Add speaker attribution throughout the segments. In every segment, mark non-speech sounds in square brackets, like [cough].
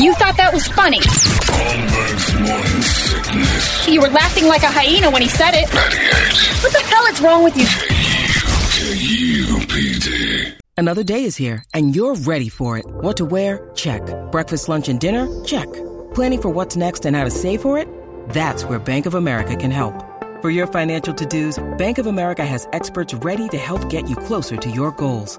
Speaker 1: You thought that was funny.
Speaker 2: Holmberg's morning sickness.
Speaker 1: You were laughing like a hyena when he said it. What the hell is wrong with you?
Speaker 2: K-U-K-U-P-D.
Speaker 3: Another day is here, and you're ready for it. What to wear? Check. Breakfast, lunch, and dinner? Check. Planning for what's next and how to save for it? That's where Bank of America can help. For your financial to-dos, Bank of America has experts ready to help get you closer to your goals.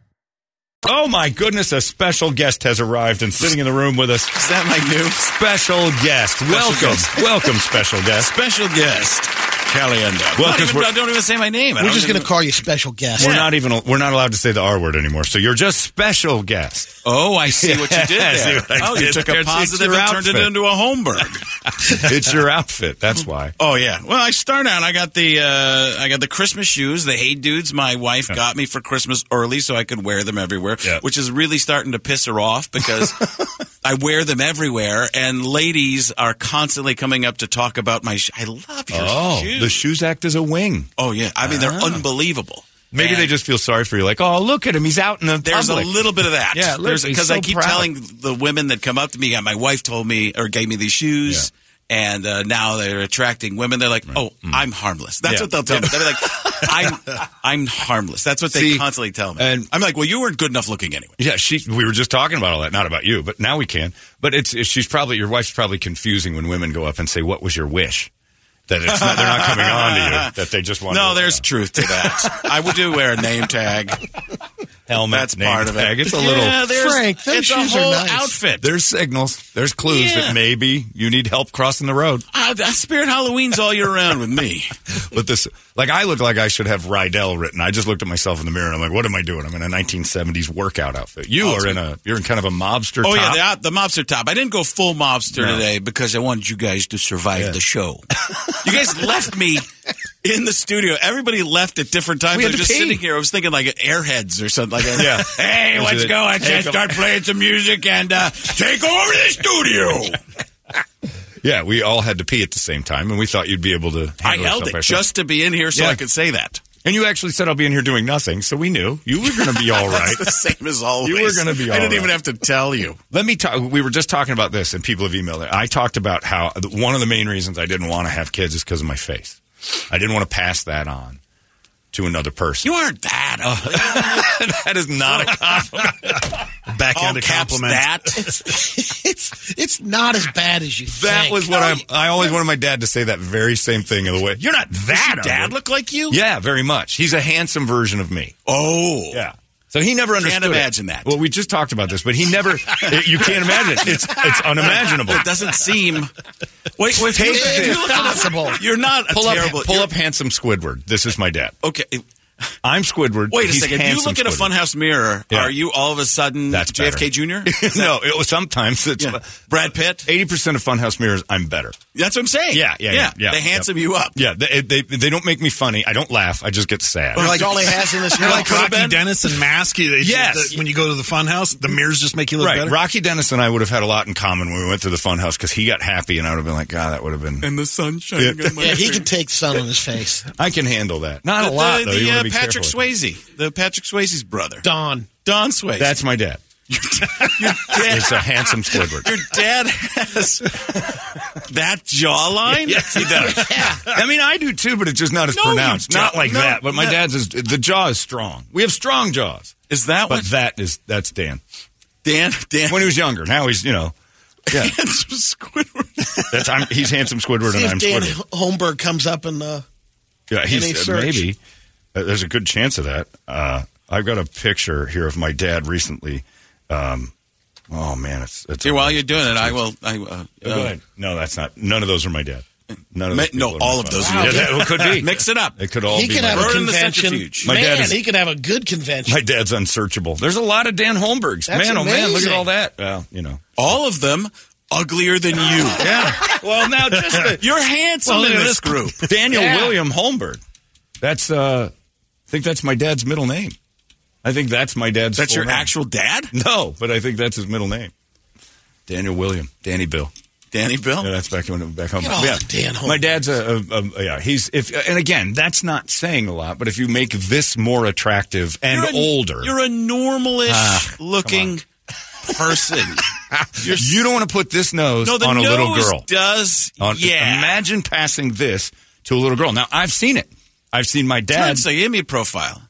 Speaker 4: Oh my goodness, a special guest has arrived and sitting in the room with us.
Speaker 5: Is that my new
Speaker 4: Special guest. welcome.
Speaker 5: guest. [laughs]
Speaker 4: Welcome, special guest.
Speaker 5: special guest, Caliendo?
Speaker 4: Well,
Speaker 5: Not
Speaker 4: 'cause
Speaker 5: even-
Speaker 4: we're-
Speaker 5: don't even say my name.
Speaker 6: We're just going to call you special guest. [laughs]
Speaker 4: We're not even we're not allowed to say the R word anymore. So you're just special
Speaker 5: [laughs]
Speaker 4: guest.
Speaker 5: Oh, I see what you did
Speaker 4: Yeah, I see
Speaker 5: there.
Speaker 4: what I
Speaker 5: oh,
Speaker 4: did
Speaker 5: you took
Speaker 4: there.
Speaker 5: a
Speaker 4: It's- it's
Speaker 5: positive
Speaker 4: your
Speaker 5: and turned it
Speaker 4: outfit.
Speaker 5: into a Holmberg.
Speaker 4: It's your outfit. That's why.
Speaker 5: Oh yeah. Well, I start out. I got the uh, I got the Christmas shoes, the Hey Dudes. My wife got me for Christmas early, so I could wear them everywhere,
Speaker 4: Yeah.
Speaker 5: which is really starting to piss her off [laughs] because I wear them everywhere, and ladies are constantly coming up to talk about my. Sh- I love your shoes.
Speaker 4: Oh, the shoes act as a wing.
Speaker 5: oh yeah. I mean, they're unbelievable.
Speaker 4: Maybe
Speaker 5: And-
Speaker 4: they just feel sorry for you. Like, oh, look at him. He's out in the
Speaker 5: There's
Speaker 4: public.
Speaker 5: a little bit of that.
Speaker 4: Yeah, look, he's
Speaker 5: because
Speaker 4: so
Speaker 5: I keep
Speaker 4: proud.
Speaker 5: telling the women that come up to me, "Yeah, my wife told me or gave me these shoes. And uh, now they're attracting women. They're like, "Oh, I'm harmless." That's
Speaker 4: Mm. Yeah.
Speaker 5: what they'll tell me.
Speaker 4: [laughs]
Speaker 5: They'll be like, "I'm, I'm harmless." That's what they
Speaker 4: See,
Speaker 5: constantly tell me.
Speaker 4: and-
Speaker 5: I'm like, "Well, you weren't good enough looking anyway."
Speaker 4: Yeah, she. We were just talking about all that, not about you, but now we can. But it's it's- she's probably your wife's probably confusing when women go up and say, "What was your wish?" That it's not, they're not coming on to
Speaker 5: [laughs]
Speaker 4: you. That they just want.
Speaker 5: No,
Speaker 4: to,
Speaker 5: there's
Speaker 4: uh,
Speaker 5: truth to that.
Speaker 4: [laughs]
Speaker 5: I would do wear a name tag.
Speaker 4: helmet.
Speaker 5: That's
Speaker 4: name
Speaker 5: part of
Speaker 4: tag.
Speaker 5: it.
Speaker 4: It's a little.
Speaker 5: Yeah, there's,
Speaker 6: Frank, those
Speaker 5: it's
Speaker 6: shoes
Speaker 5: a
Speaker 6: are
Speaker 5: whole
Speaker 6: nice.
Speaker 5: outfit.
Speaker 4: There's signals. There's clues
Speaker 5: Yeah.
Speaker 4: that maybe you need help crossing the road.
Speaker 5: Uh, Spirit Halloween's all year round with me.
Speaker 4: But this, like, I look like I should have Rydell written. I just looked at myself in the mirror and I'm like, what am I doing? I'm in a 1970s workout outfit. You
Speaker 5: Oh,
Speaker 4: are
Speaker 5: it's
Speaker 4: in a, you're in kind of a mobster.
Speaker 5: Oh
Speaker 4: top.
Speaker 5: yeah, the, the mobster top. I didn't go full mobster
Speaker 4: No.
Speaker 5: today because I wanted you guys to survive the show. you
Speaker 4: [laughs]
Speaker 5: guys left me in the studio. Everybody left at different times.
Speaker 4: We
Speaker 5: I
Speaker 4: had
Speaker 5: was
Speaker 4: to
Speaker 5: just
Speaker 4: pee.
Speaker 5: sitting here. I was thinking like airheads or something like that.
Speaker 4: Yeah.
Speaker 5: Hey,
Speaker 4: Was
Speaker 5: let's
Speaker 4: it-
Speaker 5: go. I
Speaker 4: Hey,
Speaker 5: just
Speaker 4: come-
Speaker 5: start playing some music and uh, take over the
Speaker 4: [laughs]
Speaker 5: studio.
Speaker 4: yeah. We all had to pee at the same time, and we thought you'd be able to.
Speaker 5: I
Speaker 4: handle
Speaker 5: held
Speaker 4: yourself
Speaker 5: it
Speaker 4: by yourself.
Speaker 5: just to be in here so
Speaker 4: Yeah.
Speaker 5: I could say that. [laughs]
Speaker 4: And you actually said I'll be in here doing nothing, so we knew you were going to [laughs] be all right.
Speaker 5: That's the same as always.
Speaker 4: You were gonna be
Speaker 5: I
Speaker 4: all
Speaker 5: didn't
Speaker 4: right.
Speaker 5: even have to tell you.
Speaker 4: Let me talk. We were just talking about this, and people have emailed it. I talked about how the- one of the main reasons I didn't want to have kids is because of my face. I didn't want to pass that on to another person.
Speaker 5: You aren't that. uh, ugly.
Speaker 4: [laughs] Oh, that is not a [laughs]
Speaker 5: All caps that.
Speaker 6: It's it's not as bad as you
Speaker 4: That
Speaker 6: think.
Speaker 4: was what I I always wanted my dad to say that very same thing in the way. You're not that
Speaker 5: Does your dad
Speaker 4: ugly."
Speaker 5: look like you?
Speaker 4: Yeah, very much. He's a handsome version of me.
Speaker 5: Oh.
Speaker 4: Yeah. So he never understood. it.
Speaker 5: imagine
Speaker 4: [laughs]
Speaker 5: that.
Speaker 4: Well, we just talked about this, but he never. it- you can't imagine it. It's it's unimaginable.
Speaker 5: It doesn't seem. Wait, wait,
Speaker 4: Take
Speaker 5: if you
Speaker 4: this.
Speaker 5: look at
Speaker 6: Impossible.
Speaker 5: You're not a
Speaker 4: Pull up,
Speaker 5: terrible.
Speaker 4: pull
Speaker 5: you're-
Speaker 4: up, handsome Squidward. This is my dad.
Speaker 5: Okay.
Speaker 4: I'm Squidward.
Speaker 5: Wait a
Speaker 4: He's
Speaker 5: second. You
Speaker 4: handsome
Speaker 5: look in a
Speaker 4: Squidward.
Speaker 5: funhouse mirror.
Speaker 4: Yeah.
Speaker 5: Are you all of a sudden
Speaker 4: That's
Speaker 5: JFK Jr.?
Speaker 4: Jr. no, it was sometimes it's
Speaker 5: Yeah. Brad Pitt.
Speaker 4: Eighty percent of Funhouse mirrors, I'm better.
Speaker 5: That's what I'm saying.
Speaker 4: Yeah, yeah, yeah, yeah,
Speaker 5: they
Speaker 4: yeah.
Speaker 5: handsome you up.
Speaker 4: Yeah, they, they they don't make me funny. I don't laugh. I just get sad.
Speaker 6: That's all he
Speaker 5: [laughs]
Speaker 6: has in this
Speaker 7: You're
Speaker 6: world.
Speaker 7: like
Speaker 5: could've
Speaker 7: Rocky
Speaker 5: been.
Speaker 7: Dennis and Mask. You- it's-
Speaker 4: Yes.
Speaker 7: the- when you go to the funhouse, the mirrors just make you look
Speaker 4: right,
Speaker 7: better.
Speaker 4: Rocky Dennis and I would have had a lot in common when we went to the Funhouse because he got happy and I would have been like, God, that would have been.
Speaker 5: And the sun shining on my
Speaker 6: yeah, he
Speaker 5: face.
Speaker 6: can take sun on his face.
Speaker 4: I can handle that. Not
Speaker 5: The,
Speaker 4: a lot
Speaker 5: the,
Speaker 4: though. You
Speaker 5: the,
Speaker 4: wanna
Speaker 5: uh,
Speaker 4: be
Speaker 5: Patrick
Speaker 4: careful.
Speaker 5: Swayze, the Patrick Swayze's brother,
Speaker 6: Don.
Speaker 5: Don Swayze.
Speaker 4: That's my dad. It's a handsome Squidward.
Speaker 5: Your [laughs] dad has that jawline.
Speaker 4: Yes,
Speaker 5: [laughs]
Speaker 4: he does. I mean, I do too, but it's just not as
Speaker 5: No, you
Speaker 4: pronounced. Not
Speaker 5: don't.
Speaker 4: like
Speaker 5: No,
Speaker 4: that. But my
Speaker 5: no.
Speaker 4: dad's is the jaw is strong. We have strong jaws.
Speaker 5: Is that
Speaker 4: But
Speaker 5: what
Speaker 4: that is that's Dan.
Speaker 5: Dan? Dan
Speaker 4: When he was younger, now he's you know.
Speaker 5: [laughs]
Speaker 4: Yeah,
Speaker 5: Handsome Squidward.
Speaker 4: that's I'm, he's handsome Squidward,
Speaker 6: See
Speaker 4: and
Speaker 6: if
Speaker 4: I'm
Speaker 6: Dan
Speaker 4: Squidward.
Speaker 6: Holmberg comes up and uh,
Speaker 4: Yeah,
Speaker 6: Any
Speaker 4: he's uh,
Speaker 6: search.
Speaker 4: maybe. Uh, there's a good chance of that. Uh, I've got a picture here of my dad recently. Um, oh man, it's, it's
Speaker 5: Here, while you're doing it, I will. I, uh,
Speaker 4: Oh, go ahead. No, that's not. None of those are my dad. None of
Speaker 5: Ma-
Speaker 4: those
Speaker 5: no,
Speaker 4: people are my
Speaker 5: all of
Speaker 4: father.
Speaker 5: those are
Speaker 4: Yeah,
Speaker 5: your
Speaker 4: that well, could be.
Speaker 5: [laughs] Mix it up.
Speaker 4: It could all
Speaker 6: he
Speaker 4: be.
Speaker 6: could
Speaker 4: my
Speaker 6: have a
Speaker 4: dad.
Speaker 5: Burn in the
Speaker 6: convention.
Speaker 5: centrifuge.
Speaker 4: My
Speaker 6: Man,
Speaker 4: dad is-
Speaker 6: he could have a good convention.
Speaker 4: My dad's unsearchable. There's a lot of Dan Holmbergs.
Speaker 6: That's
Speaker 4: man, oh man, look at
Speaker 6: amazing.
Speaker 4: all that. Well, you [laughs] know.
Speaker 5: all of them uglier than
Speaker 4: [laughs]
Speaker 5: you.
Speaker 4: Yeah. Ah, well, now just the,
Speaker 5: [laughs] You're handsome
Speaker 4: Well,
Speaker 5: in
Speaker 4: look at
Speaker 5: this
Speaker 4: this
Speaker 5: group.
Speaker 4: Daniel William Holmberg. That's uh I think that's my dad's middle name. I think that's my dad's
Speaker 5: That's
Speaker 4: full
Speaker 5: your
Speaker 4: name.
Speaker 5: actual dad,
Speaker 4: No, but I think that's his middle name. Daniel William, Danny Bill.
Speaker 5: Danny Bill.
Speaker 4: Yeah, that's back when back home.
Speaker 6: Get off
Speaker 4: yeah,
Speaker 6: the Dan Holmberg.
Speaker 4: My dad's a, a, a yeah. He's if and again, that's not saying a lot. But if you make this more attractive and
Speaker 5: You're a-
Speaker 4: older, Ah,
Speaker 5: You're a normalish looking person.
Speaker 4: you're, you do not want to put this nose
Speaker 5: No, the
Speaker 4: on a
Speaker 5: nose
Speaker 4: little girl.
Speaker 5: does.
Speaker 4: On-
Speaker 5: yeah.
Speaker 4: Imagine passing this to a little girl. Now I've seen it. I've seen my dad.
Speaker 5: That's a give me a profile.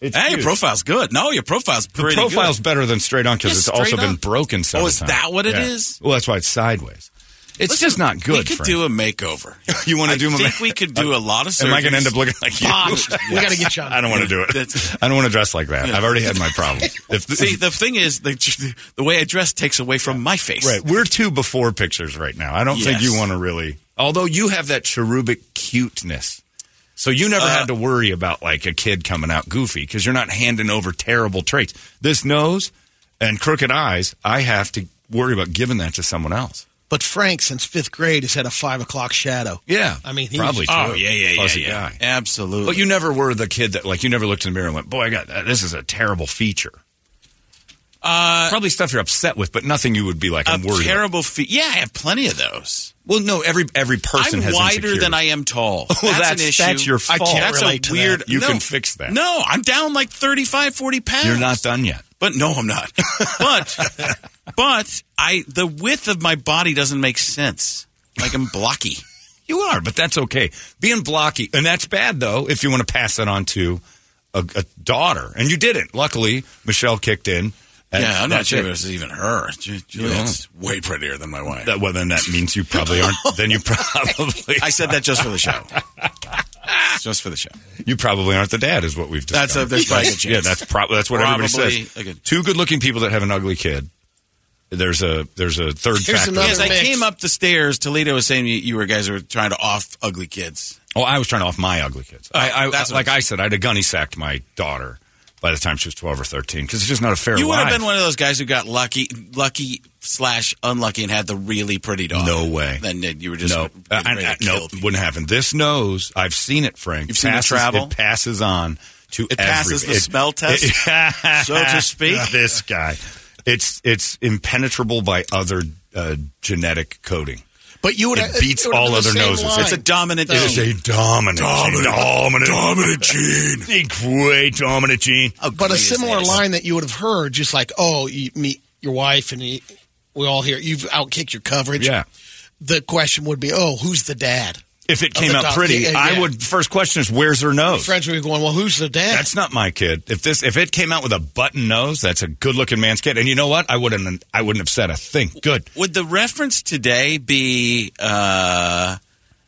Speaker 4: It's
Speaker 5: hey, your
Speaker 4: huge.
Speaker 5: profile's good. No, your profile's
Speaker 4: The
Speaker 5: pretty
Speaker 4: profile's
Speaker 5: good.
Speaker 4: better than straight on because
Speaker 5: Yeah,
Speaker 4: it's also
Speaker 5: straight
Speaker 4: been
Speaker 5: on.
Speaker 4: broken.
Speaker 5: Oh,
Speaker 4: Several
Speaker 5: is
Speaker 4: times.
Speaker 5: that what it
Speaker 4: Yeah.
Speaker 5: is?
Speaker 4: Well, that's why it's sideways. It's
Speaker 5: Listen,
Speaker 4: just not good.
Speaker 5: We could
Speaker 4: Frank.
Speaker 5: do a makeover.
Speaker 4: [laughs] You wanna do a
Speaker 5: I think
Speaker 4: ma-
Speaker 5: we could do a lot of.
Speaker 4: [laughs]
Speaker 5: Surgeries.
Speaker 4: Am I going to end up looking like you? [laughs]
Speaker 6: Botched. We gotta get you on.
Speaker 4: I don't want to do
Speaker 5: That's-
Speaker 4: it. I don't want to dress like that. I've already had my
Speaker 5: [laughs]
Speaker 4: problems. [laughs] If the,
Speaker 5: See, the thing is, the, the way I dress takes away from my face.
Speaker 4: right, we're two before pictures right now. I don't think
Speaker 5: Yes.
Speaker 4: you want to really. Although you have that cherubic cuteness, so you never had to worry about like a kid coming out goofy because you're not handing over terrible traits. This nose and crooked eyes, I have to worry about giving that to someone else.
Speaker 6: But Frank, since fifth grade, has had a five o'clock shadow.
Speaker 4: Yeah,
Speaker 6: I mean, he
Speaker 4: probably.
Speaker 6: was- uh,
Speaker 4: true.
Speaker 5: Oh yeah, yeah, yeah,
Speaker 4: Fuzzy
Speaker 5: yeah.
Speaker 4: guy.
Speaker 5: Absolutely.
Speaker 4: But you never were the kid that like you never looked in the mirror and went, "Boy, I got that. this is a terrible feature." Uh, Probably stuff you're upset with, but nothing you would be like. I'm
Speaker 5: a
Speaker 4: worried. about.
Speaker 5: terrible feet. Yeah, I have plenty of those.
Speaker 4: Well, no, every every person
Speaker 5: I'm
Speaker 4: has
Speaker 5: wider than I
Speaker 4: insecurities.
Speaker 5: am tall.
Speaker 4: [laughs] Well,
Speaker 5: that's,
Speaker 4: that's-
Speaker 5: an issue.
Speaker 4: that's your
Speaker 5: I
Speaker 4: fault.
Speaker 5: can't that's
Speaker 6: relate
Speaker 5: a
Speaker 6: to
Speaker 5: weird.
Speaker 6: that.
Speaker 4: You
Speaker 5: no.
Speaker 4: can fix that.
Speaker 5: No, I'm down like 35, 40 pounds.
Speaker 4: You're not done yet.
Speaker 5: But no, I'm not. [laughs] but but I the width of my body doesn't make sense. Like I'm blocky.
Speaker 4: You are, but that's okay. Being blocky, and that's bad though. If you want to pass that on to a, a daughter, and you didn't. Luckily, Michelle kicked in. and
Speaker 5: yeah, I'm not
Speaker 4: that's
Speaker 5: sure
Speaker 4: it.
Speaker 5: if it's even her. Ju- Juliet's way prettier than my wife.
Speaker 4: That, well, then that means you probably
Speaker 5: [laughs]
Speaker 4: aren't. then you probably
Speaker 5: I said that just for
Speaker 4: [laughs]
Speaker 5: the show. just for the show.
Speaker 4: You probably aren't the dad, is what we've discussed.
Speaker 5: That's a- there's probably a
Speaker 4: [laughs]
Speaker 5: good
Speaker 4: yeah.
Speaker 5: chance.
Speaker 4: That's probably that's what everybody
Speaker 5: Probably
Speaker 4: says.
Speaker 5: a good-
Speaker 4: Two good-looking people that have an ugly kid. There's a there's a third
Speaker 6: Here's
Speaker 4: factor.
Speaker 6: another
Speaker 5: As I
Speaker 6: mix.
Speaker 5: came up the stairs, Toledo was saying you, you were guys were trying to off ugly kids.
Speaker 4: Oh, I was trying to off my ugly kids. I, I
Speaker 5: That's what
Speaker 4: like
Speaker 5: I'm
Speaker 4: I said, I'd have gunny sacked my daughter by the time she was twelve or thirteen because it's just not a fair.
Speaker 5: You would
Speaker 4: life.
Speaker 5: have been one of those guys who got lucky, lucky slash unlucky, and had the really pretty dog.
Speaker 4: No way.
Speaker 5: Then you were just
Speaker 4: no,
Speaker 5: getting
Speaker 4: I-
Speaker 5: ready
Speaker 4: I-
Speaker 5: to
Speaker 4: no,
Speaker 5: kill people.
Speaker 4: wouldn't happen. This nose, I've seen it, Frank.
Speaker 5: You've seen it travel?
Speaker 4: It passes on to.
Speaker 5: It passes
Speaker 4: everybody.
Speaker 5: the smell
Speaker 4: [laughs]
Speaker 5: test, so to speak?
Speaker 4: This guy, it's it's impenetrable by other uh, genetic coding.
Speaker 6: But you would
Speaker 4: It
Speaker 6: have
Speaker 4: beats all other noses. It's
Speaker 5: It's a dominant.
Speaker 6: It is
Speaker 5: dog.
Speaker 4: a dominant, dominant, dominant, dominant
Speaker 5: gene.
Speaker 4: A great dominant gene.
Speaker 6: But a
Speaker 5: Great as
Speaker 6: similar
Speaker 5: this.
Speaker 6: line that you would have heard, just like, "Oh, you meet your wife, and you, we all hear you've outkicked your coverage."
Speaker 4: Yeah.
Speaker 6: The question would be, "Oh, who's the dad?"
Speaker 4: If it
Speaker 6: Of
Speaker 4: came
Speaker 6: the
Speaker 4: out
Speaker 6: dog-
Speaker 4: pretty,
Speaker 6: yeah, yeah.
Speaker 4: I would. First question is, where's her nose?
Speaker 6: Friends would be going, "Well, who's the dad?"
Speaker 4: Oh. That's not my kid. If this, if it came out with a button nose, that's a good-looking man's kid. And you know what? I wouldn't. I wouldn't have said a thing. Good. [laughs]
Speaker 5: Would the reference today be uh,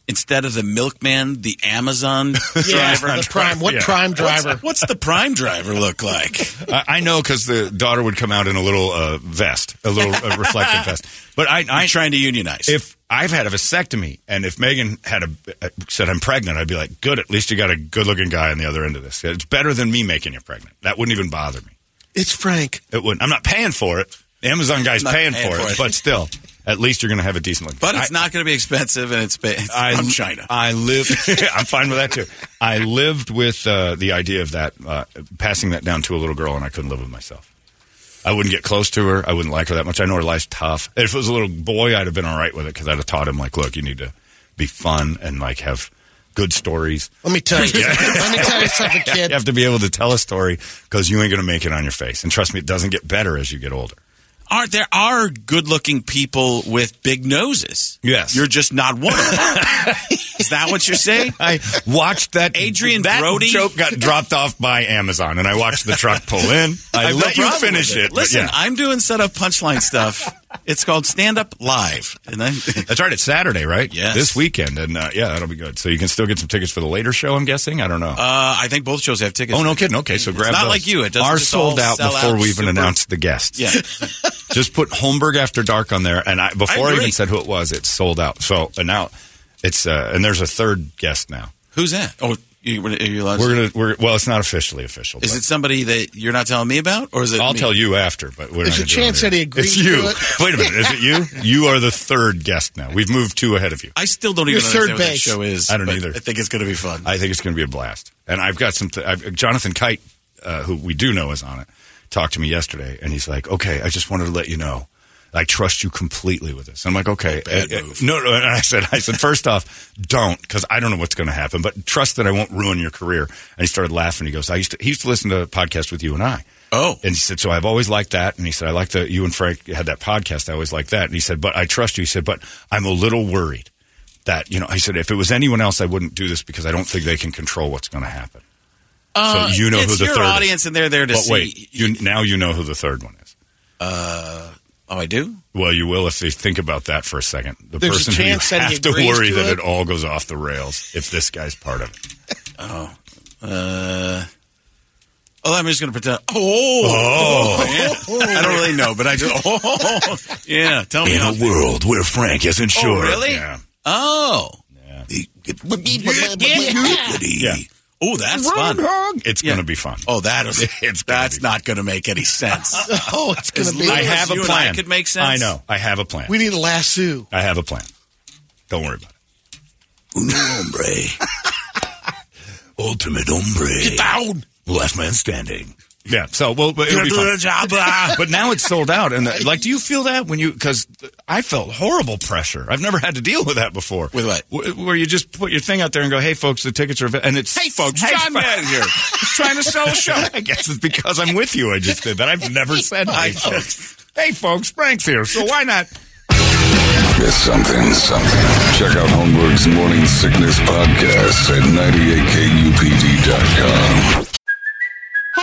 Speaker 5: instead of the milkman, the
Speaker 4: [laughs]
Speaker 5: Amazon
Speaker 6: yeah,
Speaker 5: driver?
Speaker 6: the prime. What
Speaker 4: yeah.
Speaker 6: prime
Speaker 5: [laughs]
Speaker 6: driver?
Speaker 5: What's, what's the prime driver look like?
Speaker 4: I, I know because the daughter would come out in a little uh, vest, a little uh, reflective vest. But I, I
Speaker 5: I'm trying to unionize.
Speaker 4: if I've had a vasectomy, and if Megan had a uh, said I'm pregnant, I'd be like, good. At least you got a good-looking guy on the other end of this. It's better than me making you pregnant. That wouldn't even bother me.
Speaker 6: It's Frank.
Speaker 4: It wouldn't. I'm not paying for it. The Amazon guy's
Speaker 5: Not
Speaker 4: paying,
Speaker 5: paying
Speaker 4: for,
Speaker 5: for
Speaker 4: it,
Speaker 5: it.
Speaker 4: but still, at least you're going to have a decent look.
Speaker 5: but it's not going to be expensive, and it's, ba- it's from China.
Speaker 4: I live.
Speaker 5: [laughs]
Speaker 4: [laughs] I'm fine with that too. I lived with uh, the idea of that uh, passing that down to a little girl, and I couldn't live with myself. I wouldn't get close to her. I wouldn't like her that much. I know her life's tough. If it was a little boy, I'd have been all right with it because I'd have taught him like, look, you need to be fun and like have good stories.
Speaker 6: Let me tell you. Let me tell you something,
Speaker 4: You
Speaker 6: kid.
Speaker 4: have to be able to tell a story because you ain't going to make it on your face. And trust me, it doesn't get better as you get older.
Speaker 5: Are there are good-looking people with big noses?
Speaker 4: Yes.
Speaker 5: you're just not one. of them. Is that what you're saying?
Speaker 4: [laughs] I watched that
Speaker 5: Adrian
Speaker 4: that
Speaker 5: Brody?
Speaker 4: joke got dropped off by Amazon, and I watched the truck pull in. I,
Speaker 5: No
Speaker 4: let you
Speaker 5: problem
Speaker 4: finish
Speaker 5: with
Speaker 4: it. but
Speaker 5: Listen,
Speaker 4: yeah.
Speaker 5: I'm doing setup punchline stuff. it's called stand up live, and I'm
Speaker 4: [laughs] That's right. It's Saturday, right?
Speaker 5: Yes.
Speaker 4: This weekend, and uh, yeah, that'll be good. So you can still get some tickets for the later show. I'm guessing. I don't know.
Speaker 5: Uh, I think both shows have tickets.
Speaker 4: oh no, kidding. Okay, so grab.
Speaker 5: not
Speaker 4: those.
Speaker 5: like you. It doesn't
Speaker 4: Ours
Speaker 5: just
Speaker 4: sold
Speaker 5: all
Speaker 4: out
Speaker 5: sell
Speaker 4: before
Speaker 5: out
Speaker 4: we even
Speaker 5: super-
Speaker 4: announced the guests. [laughs]
Speaker 5: Yeah.
Speaker 4: Just put Holmberg After Dark on there, and I before I,
Speaker 5: agree.
Speaker 4: even said who it was, it sold out. So and now it's uh, and there's a third guest now.
Speaker 5: Who's that? Oh, you, are you allowed to-
Speaker 4: We're gonna we're well, it's not officially official.
Speaker 5: Is
Speaker 4: but
Speaker 5: it somebody that you're not telling me about, or is it?
Speaker 4: I'll
Speaker 5: me?
Speaker 4: tell you after, but we're
Speaker 6: There's
Speaker 4: not gonna
Speaker 6: a
Speaker 4: do it
Speaker 6: chance
Speaker 4: here.
Speaker 6: that he agrees
Speaker 4: It's you.
Speaker 6: to it.
Speaker 4: [laughs] Wait a minute, is it you? You are the third guest now. We've moved two ahead of you.
Speaker 5: I still don't
Speaker 6: Your
Speaker 5: even
Speaker 6: third
Speaker 5: understand what that
Speaker 6: base.
Speaker 5: show is.
Speaker 4: I don't
Speaker 5: but
Speaker 4: either.
Speaker 5: I think it's going to be fun.
Speaker 4: I think it's going to be a blast. And I've got some. Th- I've, Jonathan Kite, uh, who we do know is on it, talked to me yesterday, and he's like, "Okay, I just wanted to let you know." I trust you completely with this. I'm like, okay, uh, uh, no, no. And I said, I said, first off, don't, because I don't know what's going to happen, but trust that I won't ruin your career. And he started laughing. He goes, I used to, he used to listen to a podcast with you and I.
Speaker 5: Oh.
Speaker 4: and he said, so I've always liked that. And he said, I like that you and Frank had that podcast. I always liked that. And he said, but I trust you. He said, but I'm a little worried that you know he said if it was anyone else i wouldn't do this because i don't think they can control what's going to happen
Speaker 5: Uh,
Speaker 4: so you know
Speaker 5: it's
Speaker 4: who the
Speaker 5: your
Speaker 4: third
Speaker 5: audience,
Speaker 4: is.
Speaker 5: and they're there to
Speaker 4: but
Speaker 5: see.
Speaker 4: wait you now you know who the third one is
Speaker 5: Oh, I do.
Speaker 4: well you will if they think about that for a second the
Speaker 6: There's a
Speaker 4: person who you
Speaker 6: chance that he
Speaker 4: have to
Speaker 6: agrees
Speaker 4: worry
Speaker 6: to
Speaker 4: that
Speaker 6: it?
Speaker 4: it all goes off the rails if this guy's part of it
Speaker 5: Uh, oh, I'm just going to pretend. Oh, oh, yeah. I don't really know, but I just. [laughs] Oh, yeah. Tell me. how-
Speaker 4: world where frank isn't
Speaker 5: Oh, really?
Speaker 4: yeah.
Speaker 5: Oh,
Speaker 4: Yeah.
Speaker 5: oh, that's fun.
Speaker 4: it's
Speaker 5: Yeah.
Speaker 4: going to be fun
Speaker 5: Oh, that is.
Speaker 4: [laughs] It's gonna
Speaker 5: that's
Speaker 4: be-
Speaker 5: not going to make any
Speaker 4: [laughs]
Speaker 5: sense.
Speaker 6: Oh, it's going
Speaker 5: As
Speaker 6: to be.
Speaker 5: long
Speaker 4: i
Speaker 5: as
Speaker 4: have a
Speaker 5: you
Speaker 4: plan
Speaker 5: and I could make sense.
Speaker 4: i know i have a plan
Speaker 6: We need a lasso.
Speaker 4: i have a plan don't worry about it
Speaker 7: [laughs]
Speaker 2: Ultimate hombre.
Speaker 6: Down.
Speaker 2: Last man standing.
Speaker 4: yeah so well but it'll be fun. Ah, but now it's sold out and uh, like do you feel that when you because i felt horrible pressure i've never had to deal with that before
Speaker 5: With what?
Speaker 4: Wh- where you just put your thing out there and go hey folks the tickets are av-" and it's
Speaker 5: Hey, folks, John
Speaker 4: fo-
Speaker 5: Madden
Speaker 4: [laughs]
Speaker 5: here, trying to sell a show.
Speaker 4: i guess it's because i'm with you i just did that i've
Speaker 5: [laughs]
Speaker 4: never said hey folks hey folks frank's here so why not
Speaker 2: It's something, something. Check out Holmberg's Morning Sickness Podcast at 98kupd.com.
Speaker 8: Hey,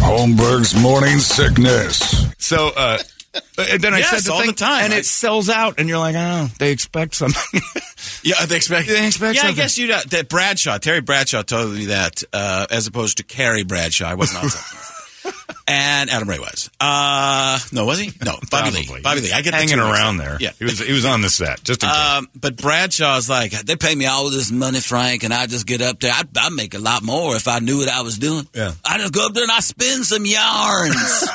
Speaker 2: Holmberg's Morning Sickness.
Speaker 4: so uh and then
Speaker 5: Yes,
Speaker 4: I said the
Speaker 5: all
Speaker 4: thing,
Speaker 5: the time.
Speaker 4: and
Speaker 5: I-
Speaker 4: it sells out, and you're like, oh, they expect something.
Speaker 5: [laughs] Yeah, they expect.
Speaker 4: They expect
Speaker 5: Yeah,
Speaker 4: something.
Speaker 5: I guess you know, that Bradshaw, Terry Bradshaw, told me that uh, as opposed to Carrie Bradshaw, I wasn't
Speaker 4: [laughs]
Speaker 5: on something. And Adam Ray was. Uh, no, was he? No, Bobby Lee.
Speaker 4: Probably.
Speaker 5: Bobby Lee. I get the
Speaker 4: hanging
Speaker 5: two mixed
Speaker 4: around
Speaker 5: up.
Speaker 4: there.
Speaker 5: Yeah.
Speaker 4: he was he was on the set just in case.
Speaker 5: Um, but Bradshaw's like, they pay me all this money, Frank, and I just get up there. I, I make a lot more if I knew what I was doing.
Speaker 4: Yeah.
Speaker 5: I just go up there and I spin some yarns.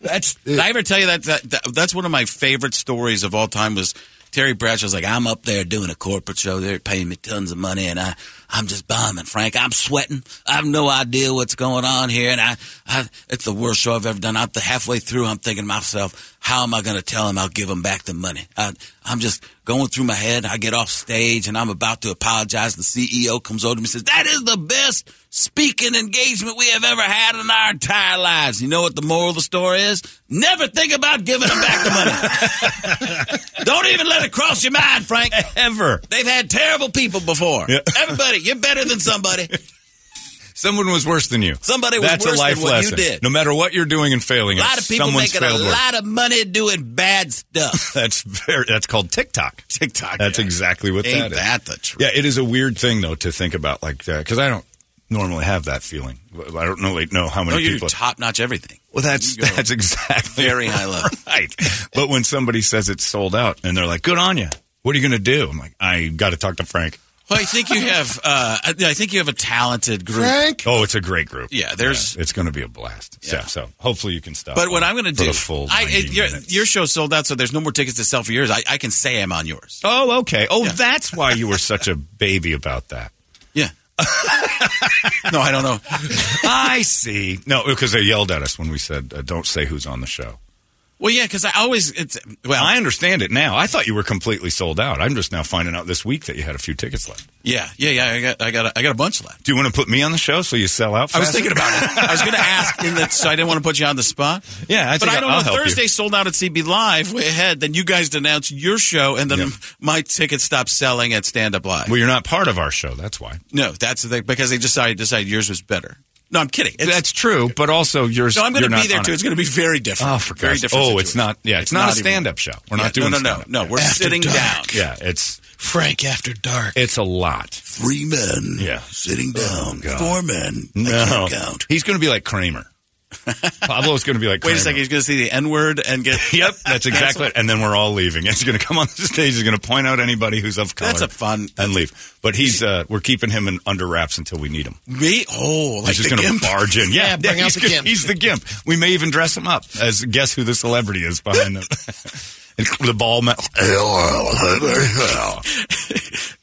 Speaker 4: That's
Speaker 5: Did I ever tell you that, that, that- that's one of my favorite stories of all time was Terry Bradshaw's like, I'm up there doing a corporate show. They're paying me tons of money and I, I'm just bombing, Frank. I'm sweating. I have no idea what's going on here. And I, I it's the worst show I've ever done. I'm halfway through. I'm thinking to myself, how am I going to tell them I'll give them back the money? I, I'm just going through my head. I get off stage and I'm about to apologize. The CEO comes over to me and says, that is the best speaking engagement we have ever had in our entire lives. You know what the moral of the story is? Never think about giving them back the money.
Speaker 4: [laughs]
Speaker 5: Don't even let it cross your mind, Frank. [laughs]
Speaker 4: ever.
Speaker 5: They've had terrible people before.
Speaker 4: Yeah.
Speaker 5: Everybody, you're better than somebody.
Speaker 4: Someone was worse than you.
Speaker 5: Somebody was
Speaker 4: That's
Speaker 5: worse
Speaker 4: a life
Speaker 5: than what you
Speaker 4: lesson.
Speaker 5: did.
Speaker 4: No matter what you're doing and failing,
Speaker 5: A lot
Speaker 4: at,
Speaker 5: of people
Speaker 4: someone's
Speaker 5: making a
Speaker 4: failed worse.
Speaker 5: lot of money doing bad stuff.
Speaker 4: That's very, that's called [laughs]
Speaker 5: [laughs]
Speaker 4: TikTok.
Speaker 5: TikTok.
Speaker 4: That's
Speaker 5: yeah.
Speaker 4: exactly what
Speaker 5: Ain't
Speaker 4: is.
Speaker 5: that the truth?
Speaker 4: Yeah, it is a weird thing though to think about like that because I don't normally have that feeling. I don't really know how many
Speaker 5: No, you do
Speaker 4: people.
Speaker 5: top notch Oh, everything.
Speaker 4: well, that's
Speaker 5: you go
Speaker 4: that's exactly
Speaker 5: very high level.
Speaker 4: [laughs] right. But when somebody says it's sold out and they're like, "Good on you," what are you going to do? I'm like, I got to talk to Frank.
Speaker 5: Well, I think you have. Uh, I I think you have a talented group.
Speaker 4: Oh, it's a great group.
Speaker 5: Yeah, there's.
Speaker 4: it's going to be a blast.
Speaker 5: Yeah.
Speaker 4: So, so hopefully you can stop.
Speaker 5: But what
Speaker 4: on
Speaker 5: I'm going to
Speaker 4: for
Speaker 5: do,
Speaker 4: the full
Speaker 5: I,
Speaker 4: 90
Speaker 5: it, your,
Speaker 4: minutes.
Speaker 5: your show sold out, so there's no more tickets to sell for yours. I, I can say I'm on yours.
Speaker 4: Oh, okay. Oh, that's why you were [laughs] such a baby about that.
Speaker 5: Yeah. [laughs] no, I don't know.
Speaker 4: I see. No, because they yelled at us when we said, uh, "Don't say who's on the show."
Speaker 5: Well, yeah, because I always it's
Speaker 4: Well, I understand it now. I thought you were completely sold out. I'm just now finding out this week that you had a few tickets left.
Speaker 5: yeah, yeah, yeah. I got I got a, I got a bunch left.
Speaker 4: Do you want to put me on the show so you sell out?
Speaker 5: I was
Speaker 4: faster?
Speaker 5: thinking about it. I was
Speaker 4: [laughs]
Speaker 5: going to ask, in the, so I didn't want to put you on the spot.
Speaker 4: Yeah, I
Speaker 5: but
Speaker 4: think
Speaker 5: I don't
Speaker 4: I'll
Speaker 5: know.
Speaker 4: help you.
Speaker 5: Thursday sold out at CB Live. Way ahead. Then you guys announced your show, and then my tickets stopped selling at Stand Up Live.
Speaker 4: Well, you're not part of our show. That's why.
Speaker 5: No, that's the thing, because they decided decided yours was better. No, I'm kidding. It's,
Speaker 4: That's true, but also yours.
Speaker 5: no, I'm going
Speaker 4: you're
Speaker 5: to
Speaker 4: not
Speaker 5: be there
Speaker 4: on
Speaker 5: too.
Speaker 4: it.
Speaker 5: It's going to be very different.
Speaker 4: Oh, for
Speaker 5: very
Speaker 4: God's
Speaker 5: different.
Speaker 4: Oh, it's
Speaker 5: situation.
Speaker 4: not. Yeah, it's, not, a
Speaker 5: even-
Speaker 4: stand-up show. We're
Speaker 5: Yeah,
Speaker 4: not doing
Speaker 5: No, no, no,
Speaker 4: stand-up.
Speaker 5: no. We're
Speaker 6: After
Speaker 5: sitting
Speaker 6: dark.
Speaker 5: down.
Speaker 4: Yeah, it's
Speaker 6: Frank after dark.
Speaker 4: it's a lot.
Speaker 5: Three men.
Speaker 4: Yeah.
Speaker 5: Sitting down.
Speaker 4: God.
Speaker 5: Four men.
Speaker 4: No, he's going to be like
Speaker 5: [laughs]
Speaker 4: Kramer. Pablo's going to be like.
Speaker 5: Wait a
Speaker 4: Kramer.
Speaker 5: second. He's going to see the N word
Speaker 4: [laughs]
Speaker 5: and get.
Speaker 4: Yep,
Speaker 5: [laughs]
Speaker 4: that's exactly it. And then we're all leaving. It's going to come on the stage. He's going to point out anybody who's of color.
Speaker 5: That's a fun- uh,
Speaker 4: and leave. But he's uh, we're keeping him in under wraps until we need him.
Speaker 5: Me? Oh, like
Speaker 4: he's just
Speaker 5: the
Speaker 4: going to
Speaker 5: gimp.
Speaker 4: barge in. Yeah,
Speaker 6: Yeah, bring out
Speaker 4: he's,
Speaker 6: the
Speaker 4: gonna-
Speaker 6: gimp.
Speaker 4: he's the gimp. We may even dress him up as guess who the celebrity is behind them. And the [laughs] ball man.
Speaker 2: Oh,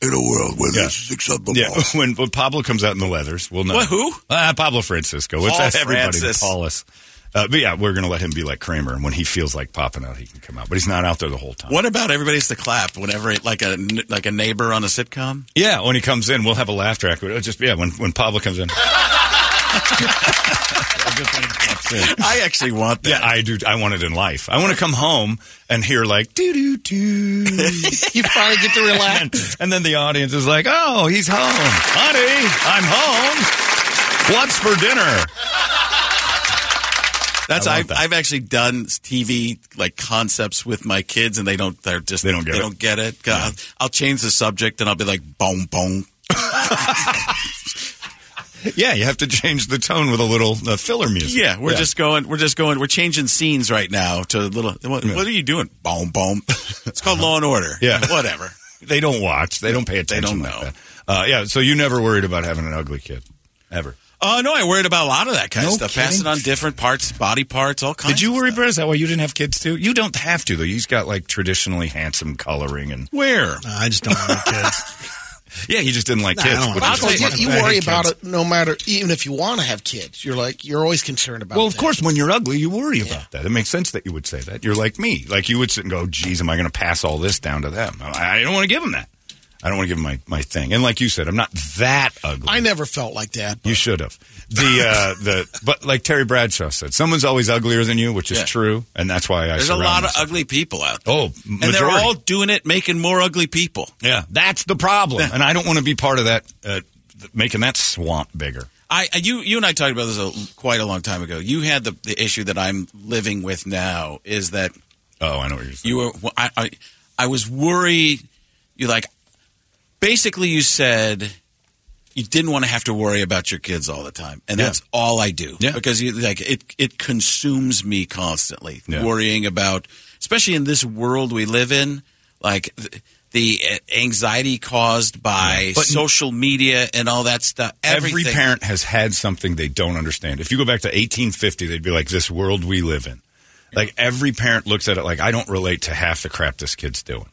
Speaker 5: In a world where
Speaker 4: Yeah.
Speaker 5: there's acceptable.
Speaker 4: Yeah, [laughs] when, when Pablo comes out in the leathers, we'll know.
Speaker 5: What, who?
Speaker 4: Ah, Pablo Francisco. What's
Speaker 5: Paul
Speaker 4: that? Everybody,
Speaker 5: Francis.
Speaker 4: Paulus. Uh, but yeah, we're going to let him be like Kramer, and when he feels like popping out, he can come out. But he's not out there the whole time.
Speaker 5: What about everybody's to clap whenever it, like a like a neighbor on a sitcom?
Speaker 4: Yeah, when he comes in, we'll have a laugh track. It'll just yeah, when when Pablo comes in. [laughs]
Speaker 5: I actually want that.
Speaker 4: Yeah, I do. I want it in life. I want to come home and hear like doo doo doo,
Speaker 6: [laughs] You finally get to relax.
Speaker 4: and, and then the audience is like, "Oh, he's home, honey. I'm home. What's for dinner?"
Speaker 5: That's
Speaker 4: I want
Speaker 5: I have
Speaker 4: that.
Speaker 5: I've actually done TV like concepts with my kids, and they don't. They're just
Speaker 4: They don't get
Speaker 5: they
Speaker 4: it.
Speaker 5: Don't get it. God, I'll change the subject, and I'll be like boom boom.
Speaker 4: Yeah, you have to change the tone with a little uh, filler music.
Speaker 5: Yeah, we're just going. We're just going. We're changing scenes right now to a little. What, what are you doing? Boom [laughs] boom. It's called Law and Order.
Speaker 4: Yeah.
Speaker 5: [laughs] whatever.
Speaker 4: they don't watch. They don't pay attention.
Speaker 5: don't
Speaker 4: like
Speaker 5: know.
Speaker 4: that. Uh, yeah, so you never worried about having an ugly kid ever.
Speaker 5: Oh no, I worried about a lot of that kind
Speaker 4: No
Speaker 5: of stuff.
Speaker 4: kidding.
Speaker 5: Passing on different parts, body parts, all kinds.
Speaker 4: Did you
Speaker 5: of
Speaker 4: worry,
Speaker 5: stuff.
Speaker 4: Brett? Is that why you didn't have kids too? You don't have to though. He's got like traditionally handsome coloring and
Speaker 5: Where?
Speaker 7: I just don't want any kids.
Speaker 4: yeah, he just didn't like
Speaker 7: Nah, I
Speaker 4: kids.
Speaker 7: don't
Speaker 4: which
Speaker 7: want
Speaker 4: is
Speaker 7: kids.
Speaker 4: smart.
Speaker 7: Well,
Speaker 6: you
Speaker 7: I hate
Speaker 6: worry about
Speaker 7: kids.
Speaker 6: it no matter, even if you want to have kids. You're like, you're always concerned about
Speaker 4: Well, of
Speaker 6: that.
Speaker 4: course, when you're ugly, you worry about that. It makes sense that you would say that. You're like me. Like you would sit and go, geez, am I going to pass all this down to them? I, I don't want to give them that. I don't want to give them my, my thing. And like you said, I'm not that ugly.
Speaker 6: I never felt like that.
Speaker 4: You should have. The uh,
Speaker 5: [laughs]
Speaker 4: the but like Terry Bradshaw said, someone's always uglier than you, which is
Speaker 5: Yeah.
Speaker 4: true, and that's why I.
Speaker 5: There's a
Speaker 4: surround
Speaker 5: lot of
Speaker 4: myself-
Speaker 5: ugly people out there.
Speaker 4: Oh,
Speaker 5: and they're
Speaker 4: majority.
Speaker 5: all doing it, making more ugly people.
Speaker 4: Yeah, that's the problem, and I don't want to be part of that, uh, th- making that swamp bigger.
Speaker 5: I you you and I talked about this a, quite a long time ago. You had the, the issue that I'm living with now is that
Speaker 4: Oh, I know what you're saying.
Speaker 5: you were well, I, I I was worried. You like basically you said you didn't want to have to worry about your kids all the time, and
Speaker 4: Yeah.
Speaker 5: that's all I do
Speaker 4: Yeah.
Speaker 5: because you like it it consumes me constantly
Speaker 4: Yeah.
Speaker 5: worrying about, especially in this world we live in, like. th- the uh, anxiety caused by
Speaker 4: Yeah. But-
Speaker 5: social media and all that stuff.
Speaker 4: Every
Speaker 5: Everything.
Speaker 4: parent has had something they don't understand. If you go back to 1850, they'd be like, "This world we live in." Like every parent looks at it like, "I don't relate to half the crap this kid's doing,"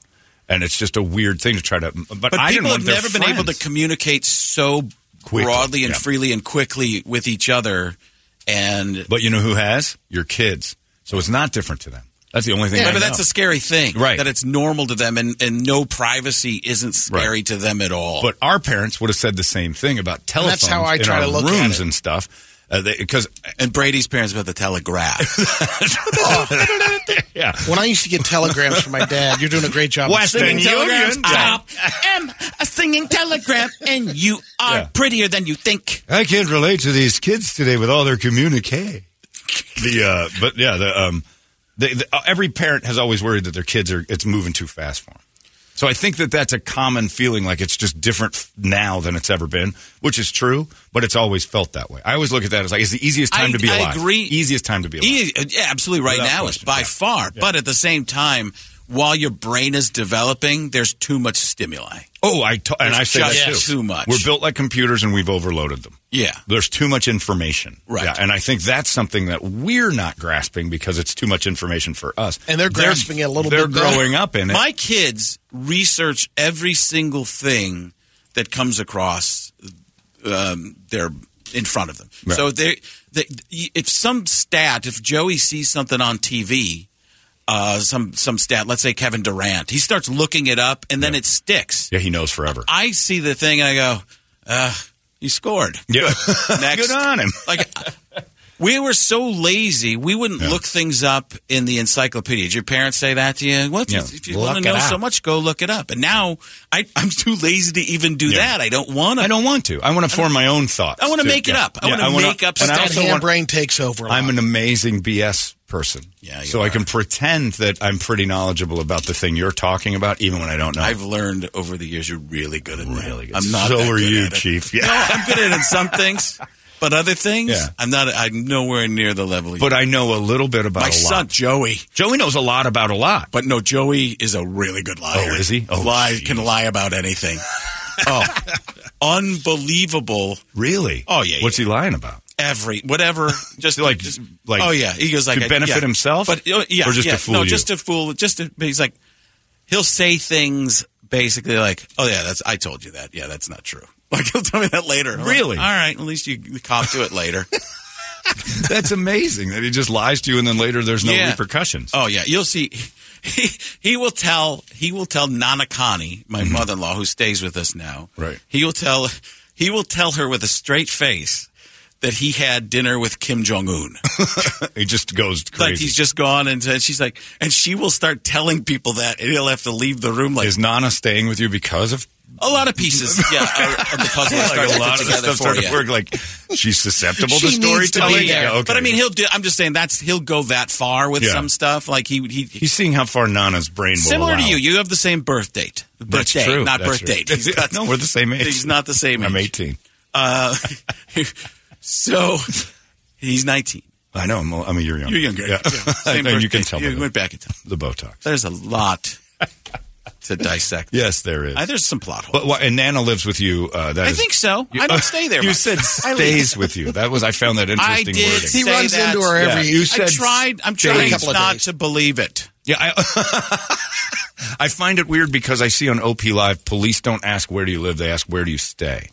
Speaker 4: and it's just a weird thing to try to. But,
Speaker 5: But
Speaker 4: I didn't
Speaker 5: people
Speaker 4: want
Speaker 5: have
Speaker 4: their
Speaker 5: never been able to
Speaker 4: friends.
Speaker 5: communicate so
Speaker 4: Quickly,
Speaker 5: broadly and
Speaker 4: yeah.
Speaker 5: freely and quickly with each other. And
Speaker 4: But you know who has? Your kids. So it's not different to them. That's the only thing.
Speaker 5: but
Speaker 4: I know.
Speaker 5: that's the scary thing,
Speaker 4: Right.
Speaker 5: That it's normal to them, and, and no privacy isn't scary to them at all.
Speaker 4: But our parents would have said the same thing about telephones
Speaker 6: that's how I
Speaker 4: in
Speaker 6: try
Speaker 4: our
Speaker 6: to look at
Speaker 4: rooms
Speaker 6: it.
Speaker 4: and stuff. Uh, Because
Speaker 5: and Brady's parents about
Speaker 4: [laughs]
Speaker 5: the telegraph.
Speaker 4: yeah,
Speaker 6: When I used to get telegrams from my dad, you're doing a great job.
Speaker 4: Western Union.
Speaker 5: Stop. am a singing telegraph, and you are
Speaker 4: Yeah.
Speaker 5: prettier than you think.
Speaker 4: I can't relate to these kids today with all their communique. The uh, but yeah, the um, the, the, uh, every parent has always worried that their kids are it's moving too fast for them. So I think that that's a common feeling, like it's just different f- now than it's ever been, which is true. But it's always felt that way. I always look at that as like it's the easiest time
Speaker 5: I-
Speaker 4: to be
Speaker 5: I
Speaker 4: alive.
Speaker 5: agree.
Speaker 4: Easiest time to be alive.
Speaker 5: E- yeah, absolutely. Right
Speaker 4: Without
Speaker 5: now,
Speaker 4: question,
Speaker 5: it's by
Speaker 4: yeah.
Speaker 5: far. But at the same time, while your brain is developing, there's too much stimuli.
Speaker 4: Oh, I t- and
Speaker 5: There's
Speaker 4: I say
Speaker 5: just
Speaker 4: that too.
Speaker 5: too much.
Speaker 4: We're built like computers, and we've overloaded them.
Speaker 5: Yeah.
Speaker 4: There's too much information.
Speaker 5: Right.
Speaker 4: Yeah, and I think that's something that we're not grasping because it's too much information for us.
Speaker 6: And they're grasping it a little
Speaker 4: they're
Speaker 6: bit better.
Speaker 4: growing up in it.
Speaker 5: My kids research every single thing that comes across um, their in front of them.
Speaker 9: Right.
Speaker 5: So they, they, if some stat, if Joey sees something on TV, uh, some some stat, let's say Kevin Durant, he starts looking it up, and then it sticks.
Speaker 4: yeah, he knows forever.
Speaker 5: I see the thing and I go, uh, he scored.
Speaker 4: Yeah.
Speaker 5: [laughs] Next.
Speaker 4: Good on him.
Speaker 5: Like, [laughs] we were so lazy, we wouldn't look things up in the encyclopedia. Did your parents say that to you? What,
Speaker 4: Yeah.
Speaker 5: If you
Speaker 4: Look
Speaker 5: want to
Speaker 4: it
Speaker 5: know so
Speaker 4: up.
Speaker 5: much, go look it up. And now I, I'm too lazy to even do that. I don't want to.
Speaker 4: I don't want to. I want to form my own thoughts.
Speaker 5: I wanna
Speaker 4: too.
Speaker 5: make it
Speaker 4: Yeah.
Speaker 5: up. I
Speaker 4: Yeah,
Speaker 5: wanna
Speaker 4: wanna-
Speaker 5: make up
Speaker 4: and I
Speaker 6: That
Speaker 4: also
Speaker 6: hand
Speaker 4: want-
Speaker 6: brain takes over. a lot.
Speaker 4: I'm an amazing BS person. Yeah, so I can pretend that I'm pretty knowledgeable about the thing you're talking about, even when I don't know.
Speaker 5: I've learned over the years you're really good at really
Speaker 4: good.
Speaker 5: I'm not.
Speaker 4: So
Speaker 5: that
Speaker 4: are
Speaker 5: good
Speaker 4: you,
Speaker 5: at it. [laughs]
Speaker 4: Chief. Yeah.
Speaker 5: No, I'm good at it in some things, but other
Speaker 4: [laughs]
Speaker 5: things,
Speaker 4: Yeah.
Speaker 5: I'm not. I'm nowhere near the level.
Speaker 4: but I know a little bit about
Speaker 5: My
Speaker 4: a lot.
Speaker 5: son Joey.
Speaker 4: Joey knows a lot about a lot.
Speaker 5: But no, Joey is a really good liar.
Speaker 4: Oh, is he? Oh,
Speaker 5: lie can lie
Speaker 4: [laughs]
Speaker 5: about anything. oh, unbelievable!
Speaker 4: Really?
Speaker 5: Oh yeah,
Speaker 4: What's he lying about?
Speaker 5: every whatever. Just
Speaker 4: Like-
Speaker 5: just-
Speaker 4: like
Speaker 5: oh yeah, he goes like
Speaker 4: to benefit
Speaker 5: yeah.
Speaker 4: himself?
Speaker 5: but oh, yeah,
Speaker 4: Or just to
Speaker 5: yeah.
Speaker 4: fool
Speaker 5: no,
Speaker 4: you?
Speaker 5: just to fool, just to, he's like he'll say things basically like, oh yeah, that's I told you that, yeah, that's not true. [laughs] Like he'll tell me that later. I'm like,
Speaker 4: Really?
Speaker 5: All right, at least you cop to it later.
Speaker 4: That's amazing that he just lies to you and then later there's no
Speaker 5: Yeah.
Speaker 4: repercussions.
Speaker 5: Oh yeah, you'll see. [laughs] He, he will tell. He will tell Nana Connie, my mother-in-law, who stays with us now.
Speaker 4: Mm-hmm. Right.
Speaker 5: He will tell. He will tell her with a straight face that he had dinner with Kim
Speaker 4: [laughs]
Speaker 5: Jong Un.
Speaker 4: He just goes crazy.
Speaker 5: like he's just gone, and, and she's like, and she will start telling people that, and he'll have to leave the room. Like
Speaker 4: Is Nana staying with you because of
Speaker 5: a lot of
Speaker 4: [laughs]
Speaker 5: pieces, [laughs] yeah, uh, of the puzzle. will
Speaker 4: like
Speaker 5: start to
Speaker 4: a
Speaker 5: fit
Speaker 4: lot of the
Speaker 5: together
Speaker 4: stuff
Speaker 5: for
Speaker 4: started
Speaker 5: you.
Speaker 4: to work? Like she's susceptible
Speaker 5: She
Speaker 4: to
Speaker 5: needs
Speaker 4: storytelling.
Speaker 5: be there.
Speaker 4: Yeah, okay.
Speaker 5: But I mean, he'll do. I'm just saying that's he'll go that far with
Speaker 4: Yeah.
Speaker 5: some stuff. Like he he
Speaker 4: he's seeing how far Nana's brain will
Speaker 5: Similar to
Speaker 4: allow
Speaker 5: you,
Speaker 4: it.
Speaker 5: you have the same birth date. Birth
Speaker 4: That's
Speaker 5: date,
Speaker 4: true.
Speaker 5: not
Speaker 4: That's
Speaker 5: birth
Speaker 4: true. [laughs]
Speaker 5: date. He's not-
Speaker 4: no, we're the same age.
Speaker 5: He's not the same
Speaker 4: I'm
Speaker 5: age.
Speaker 4: 18.
Speaker 5: Uh, so [laughs] he's 19.
Speaker 4: I know. I'm a, I'm a year younger.
Speaker 5: You're
Speaker 4: [laughs]
Speaker 5: younger.
Speaker 4: Yeah.
Speaker 5: Yeah. Same
Speaker 4: and you
Speaker 5: birth
Speaker 4: can
Speaker 5: date.
Speaker 4: tell
Speaker 5: You
Speaker 4: me
Speaker 5: went back in time.
Speaker 4: the Botox.
Speaker 5: There's a lot to dissect.
Speaker 4: Yes, there is.
Speaker 5: Uh, there's some plot holes.
Speaker 4: But why- and Nana lives with you. Uh, that
Speaker 5: I
Speaker 4: is-
Speaker 5: think so. I don't stay there
Speaker 4: [laughs] You
Speaker 5: much.
Speaker 4: said
Speaker 5: I leave.
Speaker 4: stays with you. That was I found that
Speaker 5: I
Speaker 4: interesting.
Speaker 5: did.
Speaker 4: wording.
Speaker 5: Say
Speaker 6: He runs
Speaker 5: that.
Speaker 6: into her every-
Speaker 4: Yeah. You
Speaker 5: I
Speaker 4: said
Speaker 5: tried. I'm
Speaker 4: stays.
Speaker 5: trying
Speaker 4: Couple of
Speaker 5: not
Speaker 4: days.
Speaker 5: to believe it.
Speaker 4: Yeah, I, [laughs] I find it weird because I see on OP Live, police don't ask where do you live; they ask where do you stay,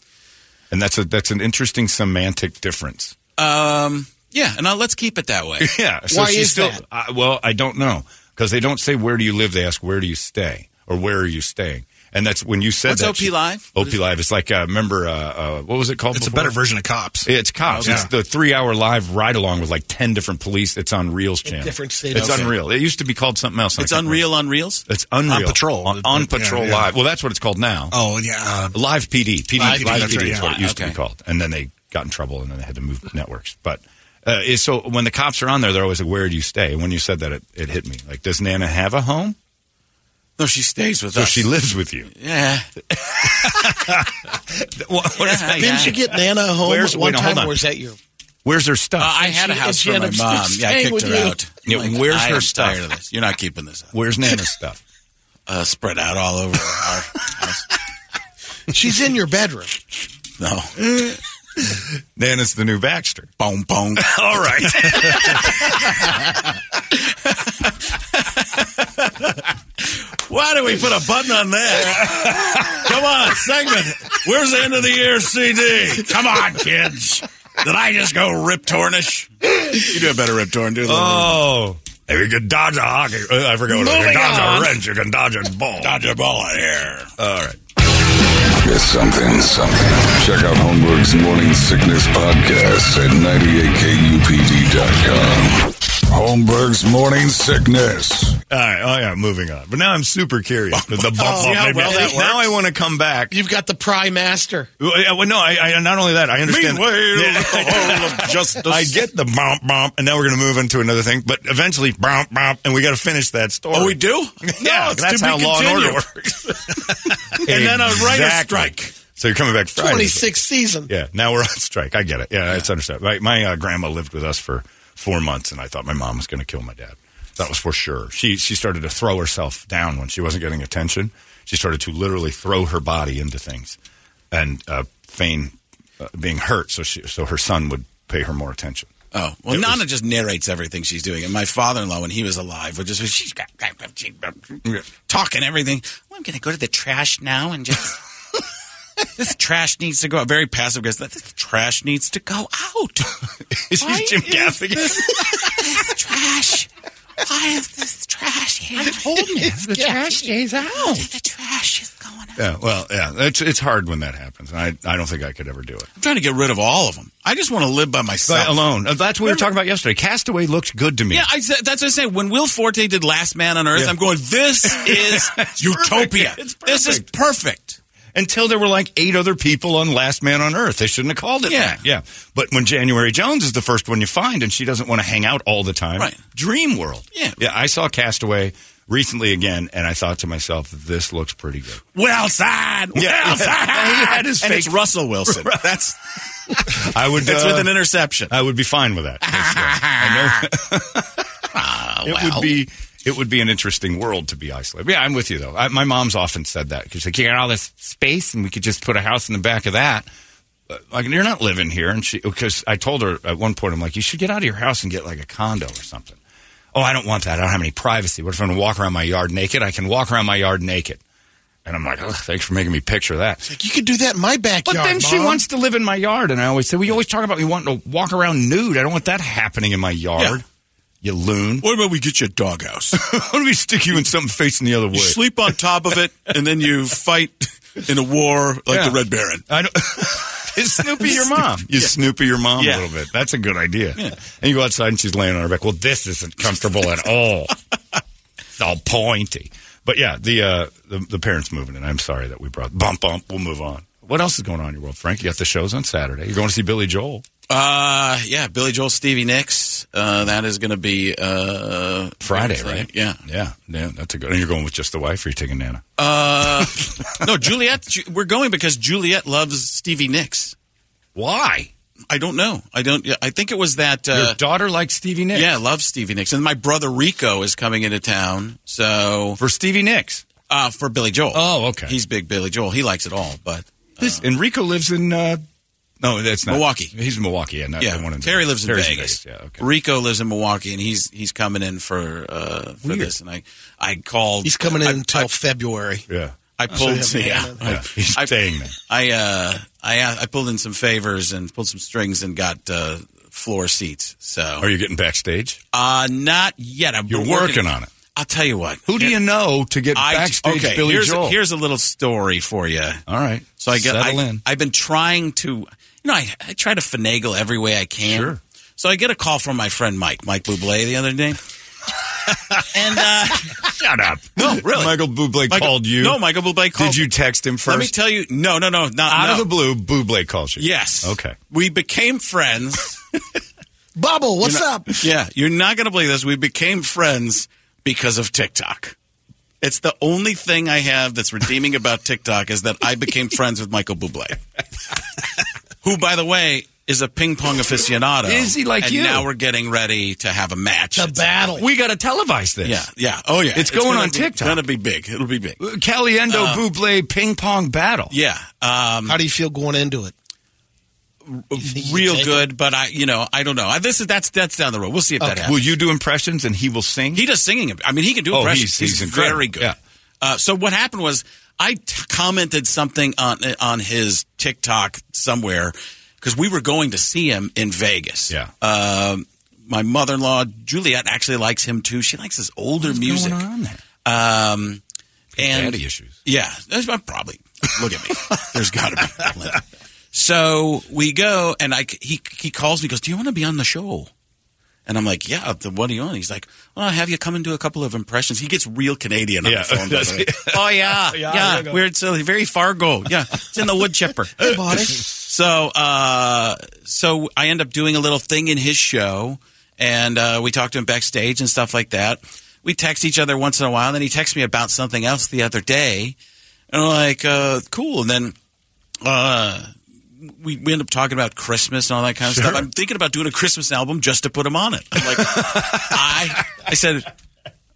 Speaker 4: and that's a that's an interesting semantic difference. [laughs]
Speaker 5: Um. Yeah. And now let's keep it that way.
Speaker 4: Yeah, so
Speaker 6: Why
Speaker 4: she's
Speaker 6: is
Speaker 4: still,
Speaker 6: that?
Speaker 4: I, well, I don't know because they don't say where do you live; they ask where do you stay or where are you staying, and that's when you said
Speaker 5: What's
Speaker 4: that.
Speaker 5: OP
Speaker 4: she-
Speaker 5: Live?
Speaker 4: OP Live is like uh, remember uh, uh, what was it called?
Speaker 7: It's a
Speaker 4: before?
Speaker 7: better version of cops.
Speaker 4: It's cops.
Speaker 7: Okay.
Speaker 4: It's the three-hour live ride-along with like ten different police. It's on Reels channel.
Speaker 6: different cities.
Speaker 4: It's
Speaker 6: Okay.
Speaker 4: unreal. It used to be called something else. and I
Speaker 5: It's
Speaker 4: can't remember.
Speaker 5: unreal on reels.
Speaker 4: It's unreal.
Speaker 7: On Patrol.
Speaker 4: On, on
Speaker 7: Yeah,
Speaker 4: Patrol
Speaker 7: yeah.
Speaker 4: Live. Well, that's what it's called now.
Speaker 7: Oh yeah. Uh,
Speaker 4: Live PD. PD,
Speaker 7: Live PD,
Speaker 4: live PD,
Speaker 7: that's right,
Speaker 4: is what
Speaker 7: yeah.
Speaker 4: it used to be
Speaker 5: Okay.
Speaker 4: called. And then they got in trouble and then they had to move networks. But uh, is- so when the cops are on there, they're always like, where do you stay? When you said that, it, it hit me. Like, does Nana have a home?
Speaker 5: No, she stays with
Speaker 4: So
Speaker 5: us.
Speaker 4: she lives with you.
Speaker 5: Yeah.
Speaker 4: What- [laughs] what is that?
Speaker 6: Didn't you get Nana a home
Speaker 4: Where's-
Speaker 6: one
Speaker 4: wait, hold
Speaker 6: time,
Speaker 4: on.
Speaker 6: or was that your? [laughs]
Speaker 4: Where's her stuff?
Speaker 5: Uh, I had a
Speaker 6: she-
Speaker 5: house
Speaker 6: and she
Speaker 5: for my
Speaker 6: ended up
Speaker 5: mom. Yeah, I
Speaker 6: staying
Speaker 5: kicked
Speaker 6: with
Speaker 5: her
Speaker 6: you.
Speaker 5: out.
Speaker 4: Yeah,
Speaker 5: Like,
Speaker 4: where's
Speaker 5: I
Speaker 4: her
Speaker 5: am
Speaker 4: stuff?
Speaker 5: Tired of this. You're not keeping this up.
Speaker 4: Where's Nana's stuff?
Speaker 5: Uh, spread out all over our house.
Speaker 6: She's in your bedroom.
Speaker 5: No,
Speaker 4: Nana's the new Baxter.
Speaker 5: boom, boom.
Speaker 4: [laughs] All right.
Speaker 5: Why do we put a button on that? Come on, segment. Where's the end of the year CD? Come on, kids. Did I just go Rip Tornish? You do a better Rip Torn, dude.
Speaker 4: Oh. If you can dodge a hockey, uh, I forgot what it was. You can
Speaker 5: Moving
Speaker 4: dodge
Speaker 5: on.
Speaker 4: a wrench, you can dodge a ball.
Speaker 5: Dodge a ball here.
Speaker 4: All right.
Speaker 2: It's something, something. Check out Homework's Morning Sickness Podcast at 98kupd.com. Holmberg's Morning Sickness.
Speaker 4: All right. Oh yeah. Moving on. But now I'm super curious. The bump, bump,
Speaker 6: See how
Speaker 4: maybe-
Speaker 6: well
Speaker 4: [laughs]
Speaker 6: that
Speaker 4: now I want to come back.
Speaker 6: You've got the pry master.
Speaker 4: Well, yeah, well, no. I, I not only that. I understand. [laughs]
Speaker 5: Meanwhile,
Speaker 4: Yeah.
Speaker 5: the whole of justice.
Speaker 4: I get the bump bump, and now we're going to move into another thing. But eventually, bump bump, and we got to finish that story.
Speaker 5: Oh, we do?
Speaker 4: [laughs] Yeah,
Speaker 5: no, it's
Speaker 4: that's
Speaker 5: to
Speaker 4: how
Speaker 5: be
Speaker 4: Law and Order
Speaker 5: continued.
Speaker 4: works.
Speaker 5: [laughs] And then a writer's strike.
Speaker 4: So you're coming back Friday.
Speaker 6: Twenty sixth season.
Speaker 4: Yeah, now we're [laughs] on strike. I get it. Yeah, it's understandable. My, my uh, grandma lived with us for four months, and I thought my mom was going to kill my dad. That was for sure. She she started to throw herself down when she wasn't getting attention. She started to literally throw her body into things, and uh, feign uh, being hurt so she so her son would pay her more attention. [laughs]
Speaker 5: Oh well, Nana just narrates everything she's doing, and my father-in-law, when he was alive, would just she's got she- talking everything. Well, I'm going to go to the trash now and [laughs] just. this trash needs to go out. Very passive guys. This trash needs to go [laughs] out.
Speaker 4: Is
Speaker 5: Why
Speaker 4: Jim
Speaker 5: is [laughs]
Speaker 4: Gaffigan?
Speaker 5: This, this trash. Why is this trash here? I told you the trash stays out. The trash is going.
Speaker 4: Yeah, well, yeah, it's it's hard when that happens. and I I don't think I could ever do it.
Speaker 5: I'm trying to get rid of all of them. I just want to live by myself
Speaker 4: But alone. Uh, That's what we were talking about yesterday. Castaway looked good to me.
Speaker 5: Yeah, I, said- that's what I say. When Will Forte did Last Man on Earth,
Speaker 4: Yeah.
Speaker 5: I'm going, [laughs] this is utopia.
Speaker 4: It's
Speaker 5: This is perfect.
Speaker 4: Until there were like eight other people on Last Man on Earth. They shouldn't have called it
Speaker 5: Yeah.
Speaker 4: that. Yeah. But when January Jones is the first one you find and she doesn't want to hang out all the time,
Speaker 5: Right.
Speaker 4: dream world.
Speaker 5: Yeah.
Speaker 4: Yeah. I saw Castaway recently again and I thought to myf, this looks pretty good.
Speaker 5: Wilson!
Speaker 4: Yeah.
Speaker 5: Wilson! [laughs]
Speaker 4: He had his
Speaker 5: and
Speaker 4: fake-
Speaker 5: it's Russell Wilson. That's,
Speaker 4: I would.
Speaker 5: that's
Speaker 4: uh,
Speaker 5: with an interception.
Speaker 4: I would be fine with that.
Speaker 5: [laughs]
Speaker 4: [laughs]
Speaker 5: Ah,
Speaker 4: I know. it would be. It would be an interesting world to be isolated. Yeah, I'm with you though. I, my mom's often said that because like you got all this space and we could just put a house in the back of that. Uh, Like you're not living here, and she because I told her at one point I'm like you should get out of your house and get like a condo or something. Oh, I don't want that. I don't have any privacy. What if I'm going to walk around my yard naked? I can walk around my yard naked. And I'm like, "Ugh, thanks for making me picture that.
Speaker 6: You could do that in my
Speaker 4: But
Speaker 6: backyard.
Speaker 4: then she
Speaker 6: Mom.
Speaker 4: wants to live in my yard, and I always say, "We always talk about me wanting to walk around nude. I don't want that happening in my yard." You loon!
Speaker 5: What about we get [laughs] you a doghouse?
Speaker 4: What do we stick you in something facing the other way?
Speaker 5: you sleep on top of it, and then you fight in a war like
Speaker 4: Yeah.
Speaker 5: the Red Baron.
Speaker 4: I don't. [laughs] Is Snoopy [laughs] your mom? You Snoopy your mom
Speaker 5: Yeah.
Speaker 4: a little bit. That's a good idea. And you go outside and she's laying on her back. Well, this isn't comfortable at all. It's all pointy. But yeah, the uh, the, the parents moving in. I'm sorry that we brought bump bump. We'll move on. What else is going on in your world, Frank? You got the shows on Saturday. You're going to see Billy Joel.
Speaker 5: Uh, yeah, Billy Joel, Stevie Nicks. Uh, that is going to be uh,
Speaker 4: Friday, right?
Speaker 5: Yeah.
Speaker 4: Yeah, yeah, that's a good. And you're going with just the wife, or you taking Nana?
Speaker 5: Uh, no, Juliet. Ju- We're going because Juliet loves Stevie Nicks.
Speaker 4: Why?
Speaker 5: I don't know. I don't. I think it was that.
Speaker 4: Your
Speaker 5: Uh,
Speaker 4: daughter likes Stevie Nicks.
Speaker 5: yeah, loves Stevie Nicks, and my brother Rico is coming into town. So
Speaker 4: for Stevie Nicks.
Speaker 5: uh, for Billy Joel.
Speaker 4: Oh, okay.
Speaker 5: He's big Billy Joel. He likes it all, but
Speaker 4: This Enrico lives in. Uh, no, that's not
Speaker 5: Milwaukee.
Speaker 4: He's in Milwaukee. Yeah, not the
Speaker 5: yeah.
Speaker 4: one in
Speaker 5: Terry lives in
Speaker 4: Terry's
Speaker 5: Vegas.
Speaker 4: Yeah, okay.
Speaker 5: Rico lives in Milwaukee, and he's he's coming in for uh, for
Speaker 4: Weird.
Speaker 5: this. And I I called.
Speaker 6: He's coming in until February.
Speaker 4: Oh, yeah,
Speaker 5: I pulled.
Speaker 6: So you
Speaker 5: yeah.
Speaker 6: haven't
Speaker 4: yeah. He's
Speaker 5: I-
Speaker 4: staying there.
Speaker 5: I uh, I uh, I pulled in some favors and pulled some strings and got uh, floor seats. So
Speaker 4: Are you getting backstage?
Speaker 5: uh, not yet. I'm
Speaker 4: You're working on it.
Speaker 5: I'll tell you what.
Speaker 4: Who do you know to get
Speaker 5: I,
Speaker 4: backstage?
Speaker 5: okay,
Speaker 4: Billy
Speaker 5: here's,
Speaker 4: Joel.
Speaker 5: here's a little story for you.
Speaker 4: All right.
Speaker 5: So I get
Speaker 4: settle
Speaker 5: I, [laughs]
Speaker 4: in.
Speaker 5: I've been trying to, you know, I, I try to finagle every way I can.
Speaker 4: Sure.
Speaker 5: So I get a call from my friend Mike, Mike Bublé, the other day, and uh,
Speaker 4: Shut up.
Speaker 5: [laughs] No, really.
Speaker 4: Michael Bublé
Speaker 5: Michael-
Speaker 4: called you.
Speaker 5: No, Michael Bublé called.
Speaker 4: Did you text him first?
Speaker 5: Let me tell you. No, no, no, not
Speaker 4: Out
Speaker 5: no.
Speaker 4: of the blue, Bublé calls you.
Speaker 5: Yes.
Speaker 4: Okay.
Speaker 5: We became
Speaker 4: [laughs]
Speaker 5: friends.
Speaker 6: Bubble, what's up?
Speaker 5: Yeah, you're not going to believe this. We became friends because of TikTok. It's the only thing I have that's redeeming about TikTok is that I
Speaker 4: [laughs]
Speaker 5: became friends with Michael Bublé, who, by the way, is a ping pong aficionado.
Speaker 4: Is he like
Speaker 5: and
Speaker 4: you?
Speaker 5: Now we're getting ready to have a match.
Speaker 6: The
Speaker 5: It's-
Speaker 6: battle.
Speaker 4: We got to televise this.
Speaker 5: Yeah, yeah. Oh, yeah.
Speaker 4: It's going
Speaker 5: gonna
Speaker 4: on
Speaker 5: be-
Speaker 4: TikTok. Uh,
Speaker 5: Gonna be big. It'll be big.
Speaker 4: Caliendo
Speaker 5: Uh,
Speaker 4: Buble ping pong battle.
Speaker 5: Yeah. Um,
Speaker 6: How do you feel going into it? you
Speaker 5: real
Speaker 6: take
Speaker 5: good, but I, you know, I don't know. I, this is that's that's down the road. We'll see if that happens.
Speaker 4: Will you do impressions and he will sing?
Speaker 5: He does singing. I mean, he can do
Speaker 4: Oh,
Speaker 5: impressions.
Speaker 4: he's- he's incredible.
Speaker 5: very good.
Speaker 4: Yeah.
Speaker 5: Uh, so what happened was I t- commented something on on his TikTok somewhere because we were going to see him in Vegas.
Speaker 4: Yeah.
Speaker 5: Um, my mother in law Juliet actually likes him too. She likes his older music. Um, and
Speaker 4: Daddy issues.
Speaker 5: Yeah, that's my- probably. Look at me. There's got to be. plenty. So we go, and I c- he he calls me. Goes, do you want to be on the show? And I'm like, yeah. The, what do you want? He's like, well, I'll have you come and do a couple of impressions. He gets real Canadian on
Speaker 4: Yeah.
Speaker 5: the phone. by the way. oh yeah, yeah. We're it's uh, very Fargo. Yeah, it's in the wood chipper.
Speaker 7: [laughs]
Speaker 5: So, uh, so I end up doing a little thing in his show, and uh, we talk to him backstage and stuff like that. We text each other once in a while, and then he texts me about something else the other day, and I'm like, uh, cool. And then uh, we, we end up talking about Christmas and all that kind of stuff. I'm thinking about doing a Christmas album just to put him on it. I'm like, I, I said,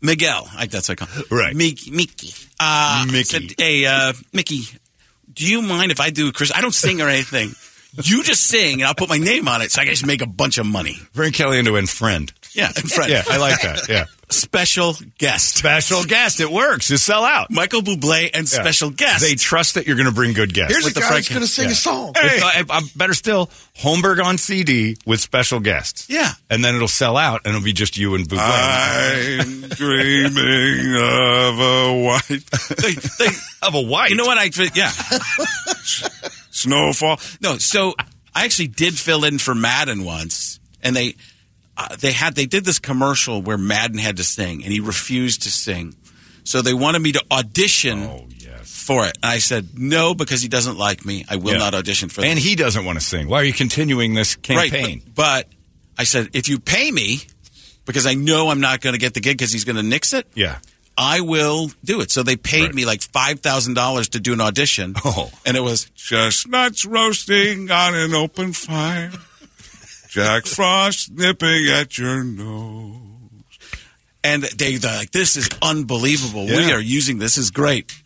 Speaker 5: Miguel. I, that's what I call him.
Speaker 4: Right.
Speaker 5: Mickey. Mickey. Uh, Mickey. Said, hey, uh, Mickey, do you mind if I do Chris? I don't sing or anything. You just sing, and I'll put my name on it, so I can just make a bunch of money.
Speaker 4: Bring Kelly into and friend.
Speaker 5: Yeah, and friend.
Speaker 4: Yeah, I like [laughs] that. Yeah.
Speaker 5: Special guest.
Speaker 4: Special guest. It works. You sell out.
Speaker 5: Michael Bublé and
Speaker 4: Yeah.
Speaker 5: special guest.
Speaker 4: They trust that you're going to bring good guests.
Speaker 6: Here's
Speaker 4: With
Speaker 6: a guy
Speaker 4: Frank-
Speaker 6: that's going to sing
Speaker 4: Yeah.
Speaker 5: [laughs]
Speaker 6: a song.
Speaker 4: If- I, I- better still, Holmberg on CD with special guests.
Speaker 5: Yeah. Uh,
Speaker 4: And then it'll sell out, and it'll be just you and Bublé.
Speaker 5: I'm dreaming of a
Speaker 4: [laughs]
Speaker 5: white. They, they,
Speaker 4: of a white.
Speaker 5: You know what? I
Speaker 4: [laughs]
Speaker 5: yeah. Snowfall. No, so I actually did fill in for Madden once, and they uh, they had they did this commercial where Madden had to sing, and he refused to sing. So they wanted me to audition
Speaker 4: Oh,
Speaker 5: for it, and I said no because he doesn't like me. I will
Speaker 4: Yeah.
Speaker 5: not audition for.
Speaker 4: and
Speaker 5: this.
Speaker 4: he doesn't want to sing. Why are you continuing this campaign?
Speaker 5: Right, but, but I said, if you pay me, because I know I'm not going to get the gig because he's going to nix it.
Speaker 4: Yeah.
Speaker 5: I will do it. So they paid me like five thousand dollars to do an audition.
Speaker 4: [laughs] Oh.
Speaker 5: and it was chestnuts roasting on an open fire, Jack Frost nipping at your nose, and they they're like, "This is unbelievable. We
Speaker 4: Yeah.
Speaker 5: are using this. This is great." [laughs]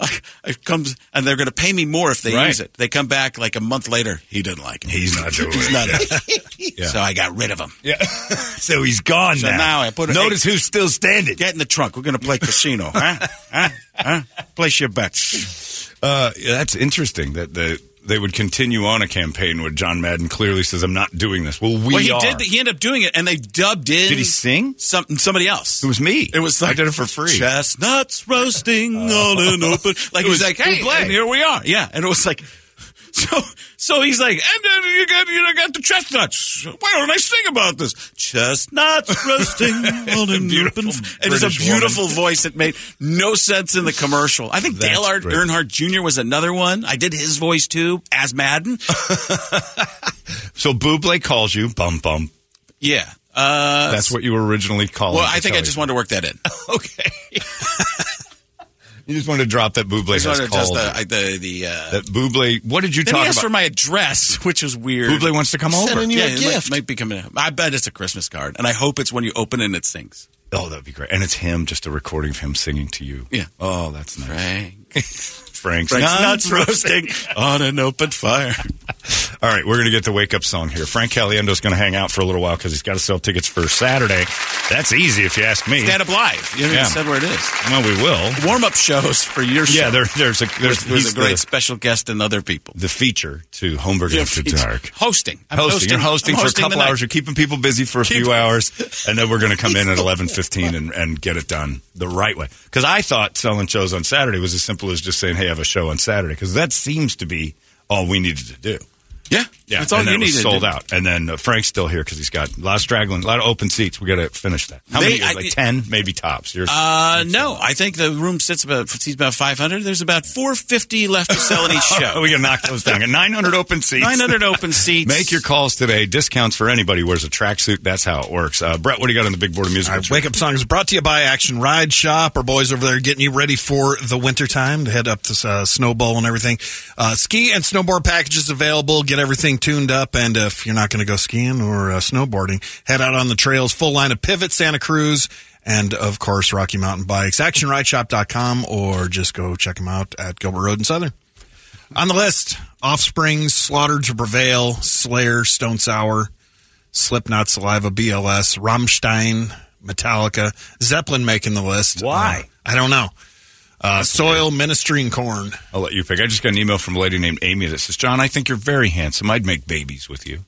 Speaker 5: I, it comes and they're going to pay me more if they
Speaker 4: Right.
Speaker 5: use it. They come back like a month later. He didn't like it.
Speaker 4: He's
Speaker 5: [laughs]
Speaker 4: not doing
Speaker 5: He's
Speaker 4: it.
Speaker 5: not. [laughs]
Speaker 4: Yeah.
Speaker 5: So I got rid of him.
Speaker 4: Yeah. [laughs] so he's gone
Speaker 5: So
Speaker 4: now.
Speaker 5: now I put it-
Speaker 4: Notice who's still standing.
Speaker 5: Get in the trunk. We're going to play casino. huh? Huh? Huh? Place your bets.
Speaker 4: Uh, yeah, that's interesting that the, they would continue on a campaign where John Madden clearly says, I'm not doing this. Well, we
Speaker 5: well, he
Speaker 4: are.
Speaker 5: did. He ended up doing it, and they dubbed in.
Speaker 4: E Did he sing?
Speaker 5: Some, somebody else.
Speaker 4: It was me.
Speaker 5: It was like
Speaker 4: I did it for free. [laughs]
Speaker 5: Chestnuts roasting on an open. Like
Speaker 4: It
Speaker 5: it was,
Speaker 4: was
Speaker 5: like, hey,
Speaker 4: Bublé.
Speaker 5: and here we are. Yeah, and it was like. [laughs] So, so he's like, and then you got, you got the chestnuts. Why don't I sing about this? Chestnuts
Speaker 4: [laughs]
Speaker 5: roasting on an
Speaker 4: Beautiful
Speaker 5: open. It is a
Speaker 4: British woman.
Speaker 5: beautiful voice that made no sense in the commercial. I think
Speaker 4: That's
Speaker 5: Dale Ar-
Speaker 4: great.
Speaker 5: Earnhardt Jr. was another one. I did his voice too
Speaker 4: [laughs]
Speaker 5: as Madden.
Speaker 4: So Buble calls you. Bum bum.
Speaker 5: Yeah. Uh,
Speaker 4: That's what you were originally calling.
Speaker 5: well,
Speaker 4: to
Speaker 5: I think I
Speaker 4: tell
Speaker 5: just
Speaker 4: you.
Speaker 5: wanted to work that in.
Speaker 4: [laughs] Okay. you just wanted to drop that Buble
Speaker 5: I just
Speaker 4: has
Speaker 5: wanted to adjust
Speaker 4: called.
Speaker 5: the, I- the, the, uh,
Speaker 4: that Buble. What did you
Speaker 5: Then he
Speaker 4: talk
Speaker 5: asked
Speaker 4: about?
Speaker 5: for my address, [laughs] which was weird.
Speaker 4: Buble wants to come over.
Speaker 6: Sending you
Speaker 5: yeah,
Speaker 6: a
Speaker 5: it
Speaker 6: gift.
Speaker 5: Might, might be coming. I bet it's a Christmas card, and I hope it's when you open it and it sings.
Speaker 4: oh, that'd be great. And it's him, just a recording of him singing to you.
Speaker 5: Yeah.
Speaker 4: Oh, that's nice.
Speaker 5: Right.
Speaker 4: Frank's,
Speaker 5: Frank's
Speaker 4: nuts [laughs]
Speaker 5: nuts
Speaker 4: roasting.
Speaker 5: On an open fire.
Speaker 4: All right, we're going to get the wake up song here. Frank Caliendo's going to hang out for a little while because he's got to sell tickets for Saturday. That's easy if you ask me.
Speaker 5: Stand up live. You haven't
Speaker 4: Yeah.
Speaker 5: even said where it is.
Speaker 4: Well, we will.
Speaker 5: Warm up shows for your show.
Speaker 4: Yeah, there, there's a there's,
Speaker 5: With- with
Speaker 4: he's
Speaker 5: a great
Speaker 4: the,
Speaker 5: special guest and other people.
Speaker 4: the feature to Homburg After
Speaker 5: It's
Speaker 4: Dark.
Speaker 5: Hosting. I'm
Speaker 4: hosting. You're hosting
Speaker 5: I'm
Speaker 4: for
Speaker 5: hosting
Speaker 4: a couple
Speaker 5: the
Speaker 4: hours. You're
Speaker 5: night.
Speaker 4: keeping people busy for a few hours, and then we're going to come
Speaker 5: [laughs]
Speaker 4: in at 11:15 and, and get it done the right way. Because I thought selling shows on Saturday was as simple as just saying, "Hey, I have a show on Saturday," because that seems to be all we needed to do.
Speaker 5: Yeah.
Speaker 4: Yeah,
Speaker 5: That's all
Speaker 4: and
Speaker 5: you
Speaker 4: then it
Speaker 5: need
Speaker 4: was
Speaker 5: to
Speaker 4: sold
Speaker 5: do.
Speaker 4: out. And then uh, Frank's still here because he's got a lot of straggling, a lot of open seats. We got to finish that. How
Speaker 5: They-
Speaker 4: many?
Speaker 5: I-
Speaker 4: like ten, maybe tops. Yours.
Speaker 5: Uh, no, I think the room sits about seats about 500. There's about 450 left to sell in
Speaker 4: [laughs]
Speaker 5: each show.
Speaker 4: we can knock those down. Got 900 open seats. [laughs]
Speaker 5: 900 open seats.
Speaker 4: Make your calls today. Discounts for anybody who wears a tracksuit. That's how it works. Uh, Brett, what do you got on the big board of music?
Speaker 7: All right, wake up song is brought to you by Action Ride Shop. Our boys over there getting you ready for the winter time to head up to uh, snowball and everything. Uh, ski and snowboard packages available. Get everything tuned up, and if you're not going to go skiing or uh, snowboarding, head out on the trails. Full line of Pivot, Santa Cruz, and of course Rocky Mountain Bikes. ActionRideShop.com, or just go check them out at Gilbert Road and Southern. On the list, Offspring, Slaughter to Prevail, Slayer, Stone Sour, Slipknot, Saliva, BLS, Rammstein, Metallica, Zeppelin making the list.
Speaker 4: Why?
Speaker 7: Uh, I don't know. Uh, soil, Ministry, and Corn.
Speaker 4: I'll let you pick. I just got an email from a lady named Amy that says, John, I think you're very handsome. I'd make babies with you.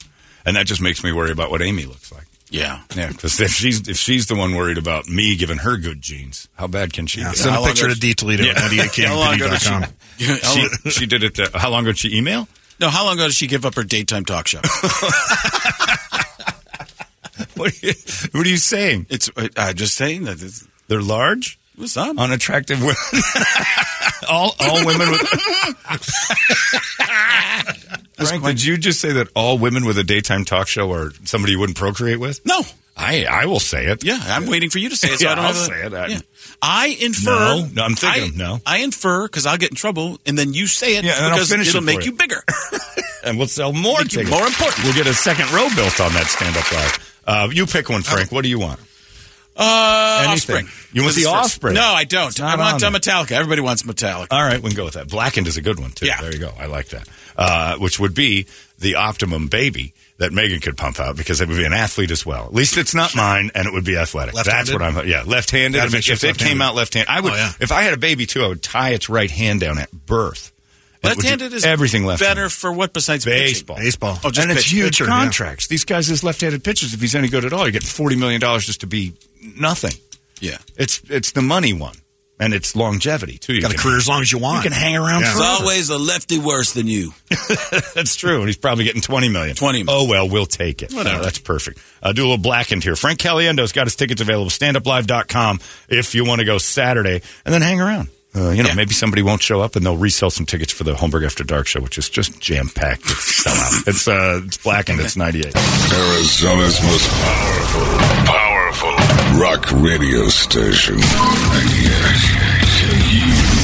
Speaker 4: And that just makes me worry about what Amy looks like.
Speaker 5: yeah.
Speaker 4: Yeah, because if she's, if she's the one worried about me giving her good genes, how bad can she
Speaker 7: Yeah,
Speaker 4: get?
Speaker 7: send
Speaker 5: how
Speaker 7: a
Speaker 5: long
Speaker 7: picture to
Speaker 5: ago-
Speaker 7: D. Toledo
Speaker 4: Yeah.
Speaker 7: at
Speaker 4: [laughs]
Speaker 7: mediacanpd.com.
Speaker 5: Yeah, how long-
Speaker 4: She, she did it. uh how long ago did she email? [laughs]
Speaker 5: no, how long ago did she give up her daytime talk show?
Speaker 4: What are you, what are you saying?
Speaker 5: it's uh, I'm just saying that it's,
Speaker 4: They're large,
Speaker 5: what's up?
Speaker 4: unattractive women. [laughs] all, all women [laughs] with. Frank, did you just say that all women with a daytime talk show are somebody you wouldn't procreate with?
Speaker 5: no.
Speaker 4: I, I will say it.
Speaker 5: Yeah, I'm waiting for you to say it. So
Speaker 4: Yeah,
Speaker 5: I don't
Speaker 4: I'll
Speaker 5: have a-
Speaker 4: say it. I-
Speaker 5: yeah. I infer.
Speaker 4: No, no, I'm thinking,
Speaker 5: I,
Speaker 4: no.
Speaker 5: I infer because I'll get in trouble, and then you say it
Speaker 4: Yeah, and then I'll
Speaker 5: because
Speaker 4: finish it
Speaker 5: it'll
Speaker 4: for
Speaker 5: make
Speaker 4: you. [laughs]
Speaker 5: you bigger.
Speaker 4: and we'll sell more
Speaker 5: Make you
Speaker 4: tickets.
Speaker 5: more important.
Speaker 4: Uh, We'll get a second row built on that stand up live. Uh, you pick one, Frank. What do you want?
Speaker 5: Uh,
Speaker 4: Anything.
Speaker 5: Offspring.
Speaker 4: You want
Speaker 5: This is
Speaker 4: the
Speaker 5: first.
Speaker 4: Offspring?
Speaker 5: No, I don't.
Speaker 4: It's not
Speaker 5: I want
Speaker 4: on Uh,
Speaker 5: uh, Metallica. Everybody wants Metallica.
Speaker 4: All right, we can go with that. Blackened is a good one too.
Speaker 5: Yeah.
Speaker 4: there you go. I like that. Uh, which would be the optimum baby that Megan could pump out because it would be an athlete as well. At least it's not mine, and it would be athletic. That's
Speaker 7: Left-handed?
Speaker 4: what I'm. Yeah, left-handed.
Speaker 7: Gotta
Speaker 4: If,
Speaker 7: make
Speaker 4: it,
Speaker 7: sure it's
Speaker 4: if it came
Speaker 7: left-handed.
Speaker 4: out left-handed, I would.
Speaker 7: Oh, yeah.
Speaker 4: If I had a baby too, I would tie its right hand down at birth. And it would do
Speaker 5: Left-handed is
Speaker 4: everything left.
Speaker 5: Better for what besides
Speaker 4: Baseball,
Speaker 5: Pitching?
Speaker 7: Baseball.
Speaker 5: Oh, just
Speaker 4: and it's
Speaker 5: pitch-
Speaker 4: huge
Speaker 5: pitcher, yeah.
Speaker 4: contracts. These guys, as left-handed pitchers, if he's any good at all, you get forty million dollars just to be nothing.
Speaker 5: Yeah.
Speaker 4: It's it's the money one, and it's longevity too. You
Speaker 7: Got a
Speaker 4: can-
Speaker 7: career as long as you want.
Speaker 4: You can hang around
Speaker 7: Yeah.
Speaker 5: There's
Speaker 4: forever.
Speaker 5: always a lefty worse than you.
Speaker 4: [laughs] That's true. And he's probably getting 20 million.
Speaker 5: 20
Speaker 4: Oh,
Speaker 5: million.
Speaker 4: well, we'll take it. Uh, that's perfect. Uh, do a little blackened here. Frank Caliendo's got his tickets available. Standuplive.com if you want to go Saturday and then hang around. Uh, you know, maybe somebody won't show up and they'll resell some tickets for the Holmberg After Dark show, which is just jam packed. It's sellout. It's, [laughs] uh, it's blackened. It's 98.
Speaker 2: Arizona's most powerful, powerful rock radio station. 98. Can you